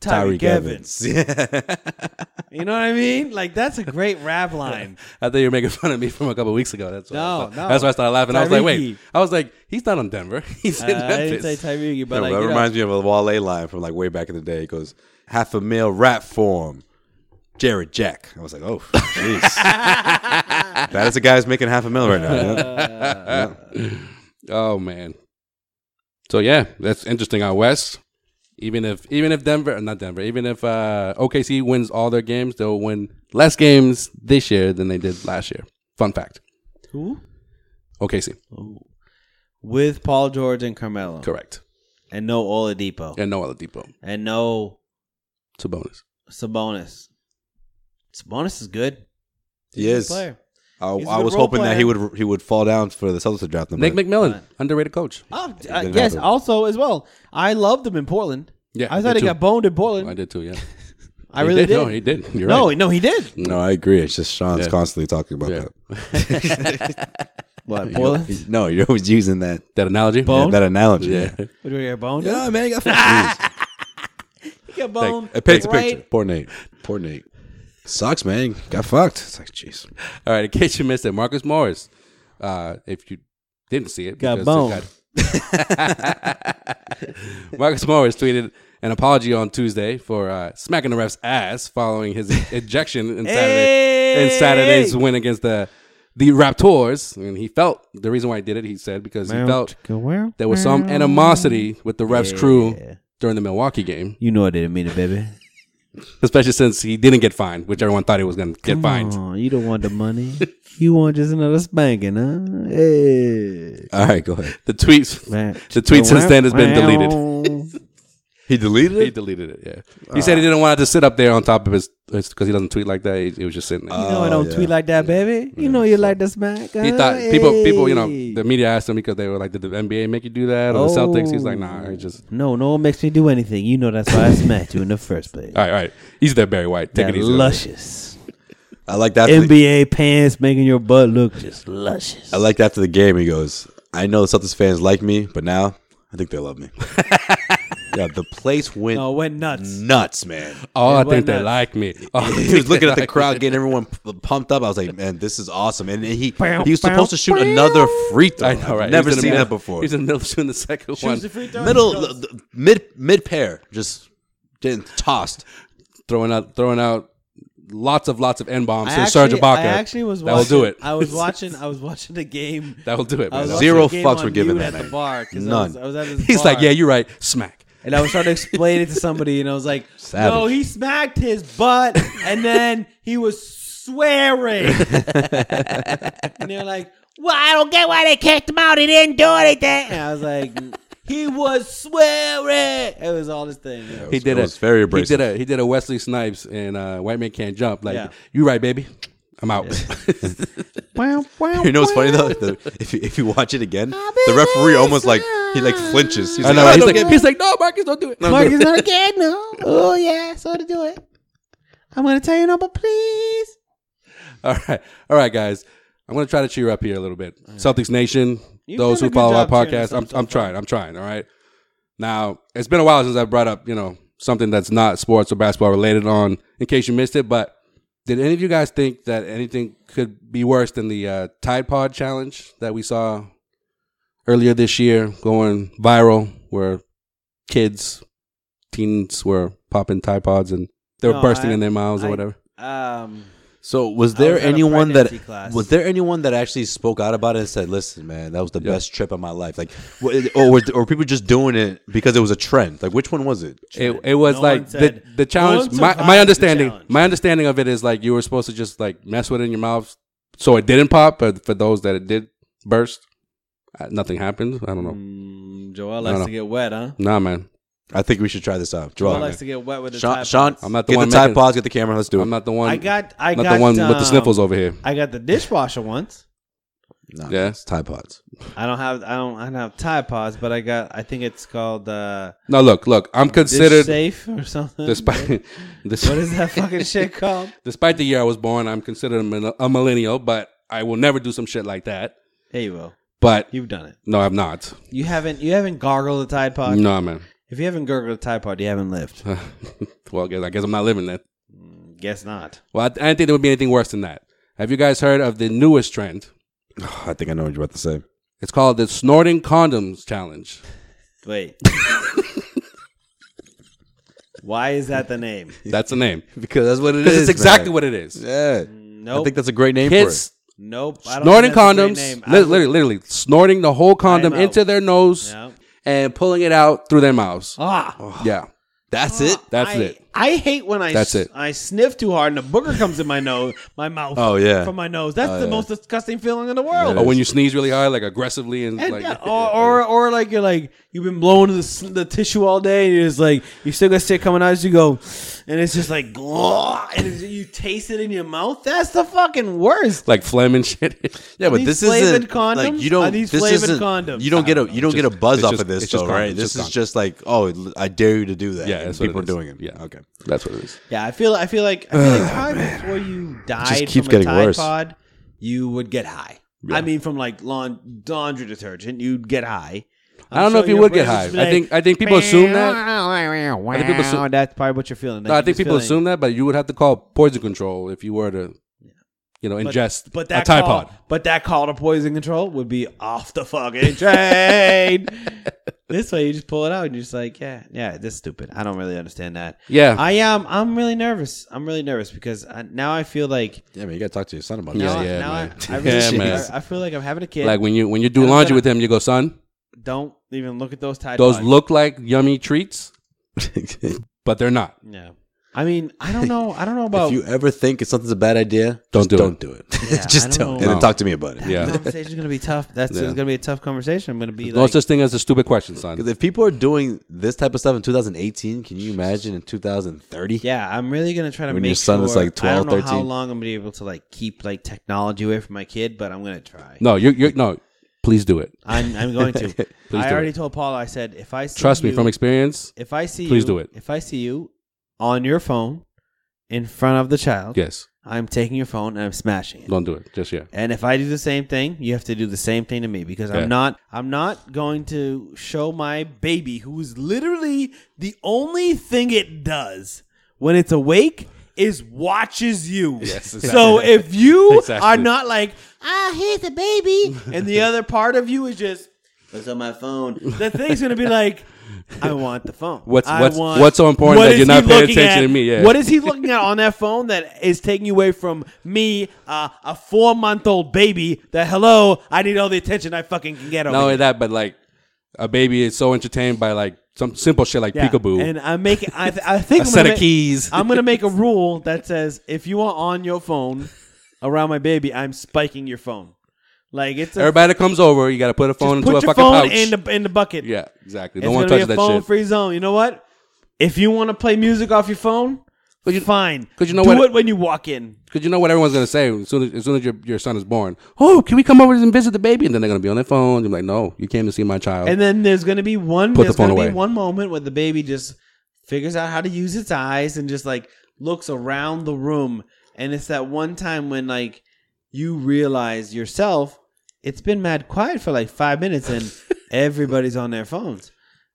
Tyreek Evans. Yeah. You know what I mean? Like that's a great rap line. I thought you were making fun of me from a couple weeks ago. That's why I No, was- no. That's why I started laughing. I was like, wait, Tyreeki. I was like, he's not on Denver. He's Uh, in I didn't Memphis. say Tyreek, but Yeah, well, like you that know, reminds me of a Wale line from like way back in the day. It goes, half a meal rap form, Jared Jack. I was like, oh, jeez. that is a guy who's making half a mil right now. yeah. Uh, oh man. So yeah, that's interesting. Out west, Even if even if Denver not Denver, even if uh, OKC wins all their games, they'll win less games this year than they did last year. Fun fact. Who? OKC. With Paul George and Oh. Carmelo. Correct. And no Oladipo. And no other depot. And no It's a bonus. Sabonis. Sabonis is good. He is. I, Player. He's a I good was role hoping that he player. would he would fall down for the Celtics to draft him. Nick but McMillan, underrated coach. Oh, It uh, didn't yes. happen. Also, as well, I loved him in Portland. Yeah, I thought he me too. got boned in Portland. I did too, yeah. I really did. No, he did. You're no, right. no, he did. No, I agree. It's just Sean's Yeah. constantly talking about Yeah. What that. Portland? He's- No, you're always using that That analogy? Bone? that analogy. Yeah. Yeah, Would you get boned? yeah Oh, man, you got fucking He got boned. I paint the right? picture. Poor Nate. Poor Nate. Sucks, man. Got fucked. It's like, jeez. All right, in case you missed it, Marcus Morris. Uh, if you didn't see it, Got because it boned. got- Marcus Morris tweeted an apology on Tuesday for uh, smacking the ref's ass following his ejection in Saturday in Saturday's win against the the Raptors. And he felt the reason why he did it, he said, because he felt there was some animosity with the ref's crew during the Milwaukee game, You know I didn't mean it, baby. especially since he didn't get fined, which everyone thought he was going to get fined. Oh, you don't want the money. you want just another spanking, huh? Hey. All right, go ahead. The tweets, the tweet since then has been deleted. He deleted He deleted it. Yeah, he said he didn't want it to sit up there on top of his because he doesn't tweet like that. He, it was just sitting there. You know I don't tweet like that, baby. You know you like the smack. he thought people, people, you know, the media asked him because they were like, "Did the NBA make you do that?" Or the Celtics. He's like, "Nah, it just No, no one makes me do anything. You know that's why I smacked you in the first place. all right, all right." He's there, Barry White. Take That it easy. luscious I like that. NBA pants making your butt look just luscious. I liked after the game, he goes, I know the Celtics fans like me, but now I think they love me. yeah, the place went No, it went Mm. nuts. nuts, man. Oh, I why think they not? like me. Oh, he was looking at the crowd, getting everyone p- pumped up. I was like, man, this is awesome. And he he was supposed to shoot another free throw. I know, right? I've never He's in the seen middle- that before. He's in the middle of shooting the second one, Middle, the- the- mid mid pair, just getting tossed. throwing out, throwing out lots of lots of n bombs to Serge Ibaka. I actually was. That will watching- do it. I was watching. I was watching the game. That will do it. I was Man. watching Zero the game fucks were on given mute that at the night. bar 'cause I None. was, I was at this He's like, bar. "Yeah, you're right." Smack. And I was trying to explain it to somebody, and I was like, Savage. "No, he smacked his butt, and then he was swearing." and they're like, "Well, I don't get why they kicked him out. He didn't do anything." And I was like, "He was swearing." It was all this thing. Yeah. he it did a was very He abrasive. did a he did a Wesley Snipes and uh, White Man Can't Jump. Like Yeah. you right, baby. I'm out. You know what's funny though? The, if you, if you watch it again, the referee almost like he like flinches. He's I like, know. "Oh, he's, don't like, get me." he's like, no, Marcus, don't do it. Marcus, Marcus, not again, no. Oh yeah, so to do it. I'm gonna tell you no, but please. all right, all right, guys. I'm gonna try to cheer up here a little bit. Celtics Nation, You've those done a who good follow our job cheering us podcast, up I'm so I'm far. trying. I'm trying. All right. Now it's been a while since I brought up you know something that's not sports or basketball related. On in case you missed it, but did any of you guys think that anything could be worse than the uh, Tide Pod challenge that we saw earlier this year going viral, where kids, teens were popping Tide Pods and they were No, bursting I- in their mouths I- or whatever? Um, So was I there was at a anyone that pregnancy class. was there anyone that actually spoke out about it and said, "Listen, man, that was the Yeah. best trip of my life"? Like, wha- or were- or people just doing it because it was a trend? Like, which one was it? It, it was No like one said- the, the challenge. no one My, survived my the understanding, challenge. my understanding of it is like you were supposed to just like mess with it in your mouth, so it didn't pop. But for those that it did burst, uh, nothing happened. I don't know. Mm. Joel I don't likes know. to get wet, huh? Nah, man, I think we should try this out. Joel Joel, likes to get wet with the Sean, Tide Sean, Pods. I'm not the get one the Tide making- Pods, get the camera. Let's do it. I'm not the one. I got, I not got the one with the um, sniffles over here. I got the dishwasher once. Nah, Yeah. it's Tide Pods. I don't have, I don't, I don't have Tide Pods, but I got, I think it's called uh, No, look, look. I'm Dish considered, Safe or something. despite, what despite, is that fucking shit called? despite the year I was born, I'm considered a, mil- a millennial. But I will never do some shit like that. Hey, you will. But You've done it. no, I'm not. You haven't, you haven't gargled a Tide Pod. No, man. If you haven't gargled a Tide Pod, you haven't lived. well, I guess, I guess I'm not living that. Guess not. Well, I, I didn't think there would be anything worse than that. Have you guys heard of the newest trend? I think I know what you're about to say. It's called the snorting condoms challenge. Wait. Why is that the name? That's the name Because that's what it because it's exactly what it is. Yeah, Nope. I think that's a great name Kids nope. I don't snorting think that's a great condoms, name. li- literally, literally snorting the whole condom out. into their nose, No. and pulling it out through their mouths. Ah. Yeah. That's it. That's I, it. I hate when I That's s- it. I sniff too hard and a booger comes in my nose, my mouth. Oh, yeah. from my nose. That's the most disgusting feeling in the world. Or Oh, when you sneeze really hard, like aggressively, and, And like yeah, or, or or like you're like you've been blowing the s- the tissue all day and you're just like you still got shit coming out as you go, and it's just like "Gah," and it's- you taste it in your mouth. That's the fucking worst. like phlegm and shit. Yeah, but these this flavored isn't like condoms? you don't. Are these this flavored isn't, condoms? You don't get a you don't get a buzz it's off just- of this it's just though, right? condoms, This just is just like oh, I dare you to do that. Yeah, And that's what people it are is. doing it. Yeah. okay. That's what it is. Yeah, I feel I feel like I feel like Oh, probably before you died keeps from getting a Tide worse. Pod, you would get high. I mean, from like laun- laundry detergent, you'd get high. I don't know if you would get high. I think I think people assume that. I think people assume- that's probably what you're feeling. No, I think people assume that, but you would have to call poison control if you were to, you know, ingest But that a Tide call, Pod. But that call to poison control would be off the fucking chain. this way, you just pull it out and you're just like, yeah, yeah, this is stupid. I don't really understand that. Yeah. I am. I'm really nervous. I'm really nervous because I, now I feel like Yeah, man, you gotta talk to your son about Yeah, now, I- yeah, now I, man. I, really, Yeah, man. I, I feel like I'm having a kid. like when you when you do And I'm laundry gonna- with him, you go, son, don't even look at those Tide those Pods. look like yummy treats, this. but they're not. Yeah. I mean, I don't know. I don't know if about you ever think it's something's a bad idea, Don't just do it. Don't do it. I just don't. don't know. And No. then talk to me about it. Yeah. conversation's gonna be tough. That's it's gonna be a tough conversation. I'm gonna be no like, such thing as a stupid question, son. Because if people are doing this type of stuff in 2018, can you imagine in 2030? yeah, I'm really gonna try to When make your son sure. was, like, 12, I don't know how 13. long I'm gonna be able to like keep like technology away from my kid, but I'm gonna try. No, you're, you're no. Please do it. I'm, I'm going to. I do already told Paula. I said if I see Trust me you- from experience. if I see Please you, do it. If I see you on your phone in front of the child, Yes, I'm taking your phone and I'm smashing it. don't do it. Just yeah. And if I do the same thing, you have to do the same thing to me because Yeah. I'm not I'm not going to show my baby who is literally the only thing it does when it's awake is watches you. Yes, exactly. So if you Exactly. are not like, ah, here's a baby, and the other part of you is just what's on my phone, the thing's gonna be like I want the phone. What's- I what's- want- what's so important that is you're not he paying looking attention at? to me? Yeah. What is he looking at on that phone that is taking you away from me, uh, a four month old baby? That hello, I need all the attention I fucking can get. Over Not only here." that, but like a baby is so entertained by like some simple shit like Yeah. peekaboo. And I'm making. I, th- I think A I'm set gonna of keys. I'm gonna make a rule that says if you are on your phone around my baby, I'm spiking your phone. Like it's a, Everybody that comes over, you got to put a phone just put into a your fucking phone pouch. in the in the bucket. yeah, exactly. it's Don't gonna want to touch be a that phone shit. free zone. You know what? If you want to play music off your phone, you- fine. 'cause you know Do what- it when you walk in. Because you know what everyone's gonna say as soon as, as soon as your, your son is born. Oh, can we come over and visit the baby? And then they're gonna be on their phone. You're like, no, you came to see my child. And then there's going to be one. Oh. Put the there's phone gonna away. Be one moment where the baby just figures out how to use its eyes and just like looks around the room, and it's that one time when like you realize yourself, it's been mad quiet for like five minutes, and everybody's on their phones.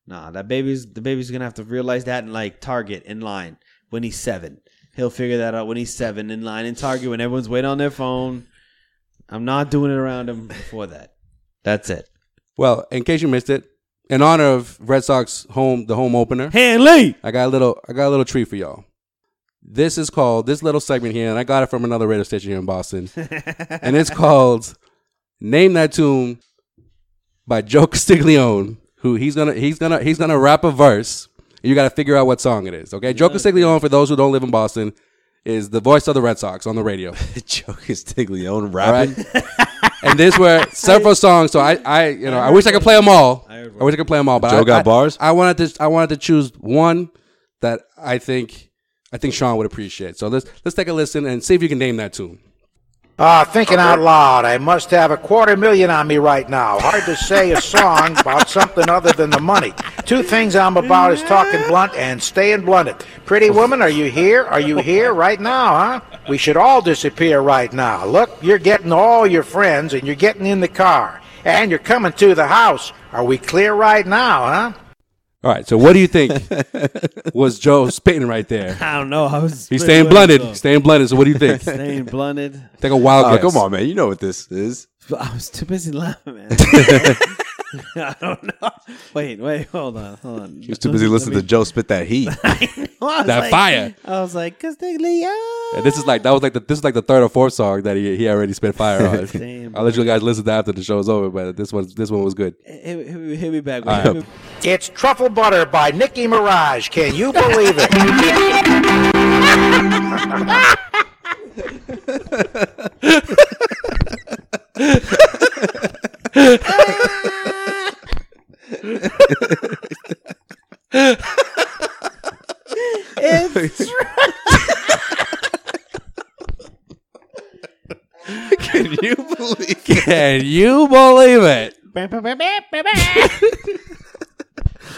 Nah, that baby's the baby's gonna have to realize that in like Target in line when he's seven. He'll figure that out when he's seven in line in Target when everyone's waiting on their phone. I'm not doing it around him before that. That's it. well, in case you missed it, in honor of Red Sox home the home opener, Hanley. I got a little I got a little treat for y'all. This is called this little segment here, and I got it from another radio station here in Boston, and it's called "Name That Tune" by Joe Castiglione. Who he's gonna he's gonna he's gonna rap a verse. And you got to figure out what song it is. Okay, Joe Castiglione, for those who don't live in Boston, is the voice of the Red Sox on the radio. The joke is Tiglione All rapping. right. and these were several songs, so I, I you know, I, wish I could play them all. I, wish I could play them all, but Joe I, got I- bars? I wanted to, I wanted to choose one that I think, I think Sean would appreciate. So let's let's take a listen and see if you can name that tune. Ah, thinking out loud, I must have a quarter million on me right now. Hard to say a song about something other than the money. Two things I'm about is talking blunt and staying blunted. Pretty woman, are you here? Are you here right now, huh? We should all disappear right now. Look, you're getting all your friends and you're getting in the car. And you're coming to the house. Are we clear right now, huh? All right, so what do you think was Joe spitting right there? I don't know. I was. He's staying blunted, he's staying blunted. So what do you think? Staying blunted. Take a wild Oh, guess. come on, man. You know what this is. I was too busy laughing, man. I don't know. Wait, wait, hold on, hold on. He was too busy listening to Joe spit that heat. I was That fire. I was like, Castiglione. And this is like that was like the this is like the third or fourth song that he he already spit fire on. I'll let you guys listen to after the show's over, but this one this one was good. Hit, hit, hit me back. All right. It's Truffle Butter by Nicki Mirage. Can you believe it? uh, Can you believe? Can you believe it?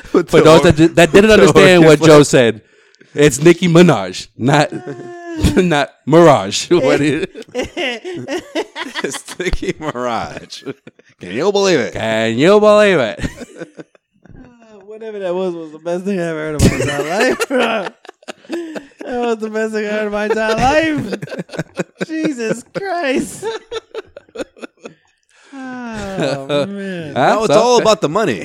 For those that did, that didn't understand what Joe said, it's Nicki Minaj, not not Mirage. What is? Sticky Mirage. Can you believe it? Can you believe it? Whatever that was was the best thing I ever heard of my entire life. that was the best thing I heard of my entire life. Jesus Christ. Oh man. Now it's all about the money.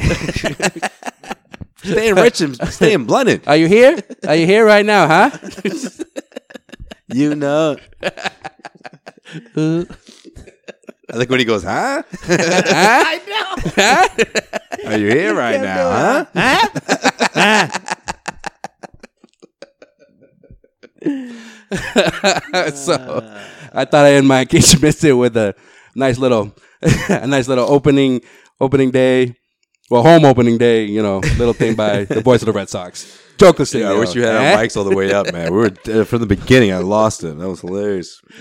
staying rich and staying blunted. Are you here? Are you here right now? Huh? You know. I think when he goes, huh? Huh? Are you here right now, huh? so I thought I'd end my engagement it with a nice little, a nice little opening, opening day, well, home opening day, you know, little thing by the boys of the Red Sox. Joker sing. Yeah, I wish you had eh? our mics all the way up, man. We were uh, from the beginning. I lost him. That was hilarious.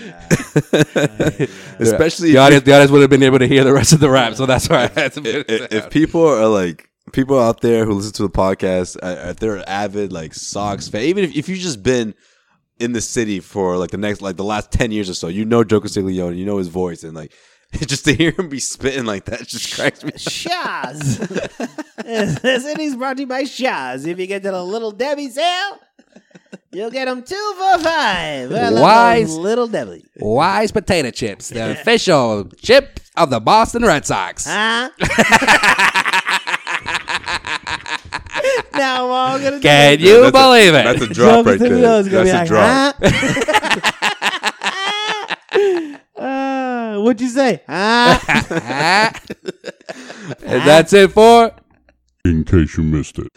Especially if, The audience, the audience would have been able to hear the rest of the rap, so that's why I had to. if- if- if people are like people out there who listen to the podcast, uh, if they're avid like Sox fan, even if, if you've just been in the city for like the next like the last ten years or so, you know Joker Siglione, you know his voice, and like just to hear him be spitting like that just cracks me. up. Shaz. this city's brought to you by Shaz. If you get to the Little Debbie sale, you'll get them two for five. I love those Wise. Little Debbie. Wise potato chips, the official chip of the Boston Red Sox. Huh? now we're all going to Can you That's a- believe it? That's a drop right there. That's a drop. Uh, what'd you say? Huh? and that's it for. In case you missed it.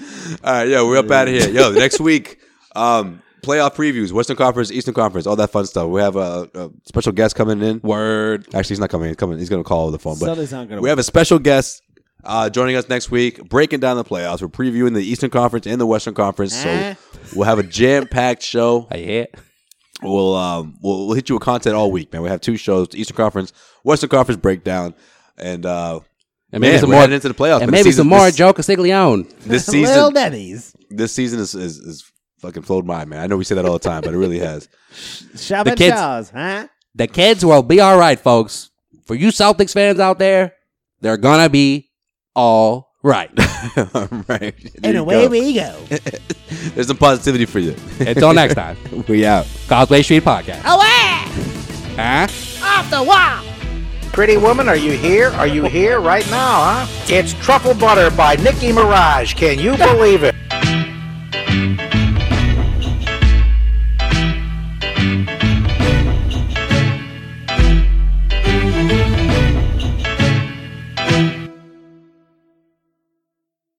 All right, yo, we're up out of here. Yo, next week, um, playoff previews, Western Conference, Eastern Conference, all that fun stuff. We have a, a special guest coming in. Word. Actually, he's not coming. He's coming. He's going to call over the phone. But Something's not gonna we have a special guest uh, joining us next week, breaking down the playoffs. We're previewing the Eastern Conference and the Western Conference. So we'll have a jam packed show. Eh. I hear. We'll, um, we'll we'll hit you with content all week, man. We have two shows: the Eastern Conference, Western Conference breakdown, and uh, And maybe man, some we're more. heading into the playoffs. man. and This maybe season- some more this- Joe Castiglione. This Little season, Debbie's. this season is is, is fucking flowed my mind, man. I know we say that all the time, but it really has. Shop The at kids- Shaw's, huh? The kids will be all right, folks. For you Celtics fans out there, they're gonna be all right. all right. There And you away go. we go. There's some positivity for you. Until next time, we out. Causeway Street Podcast. Away! Huh? Off the wall! Pretty woman, are you here? Are you here right now, huh? It's Truffle Butter by Nicki Mirage. Can you believe it?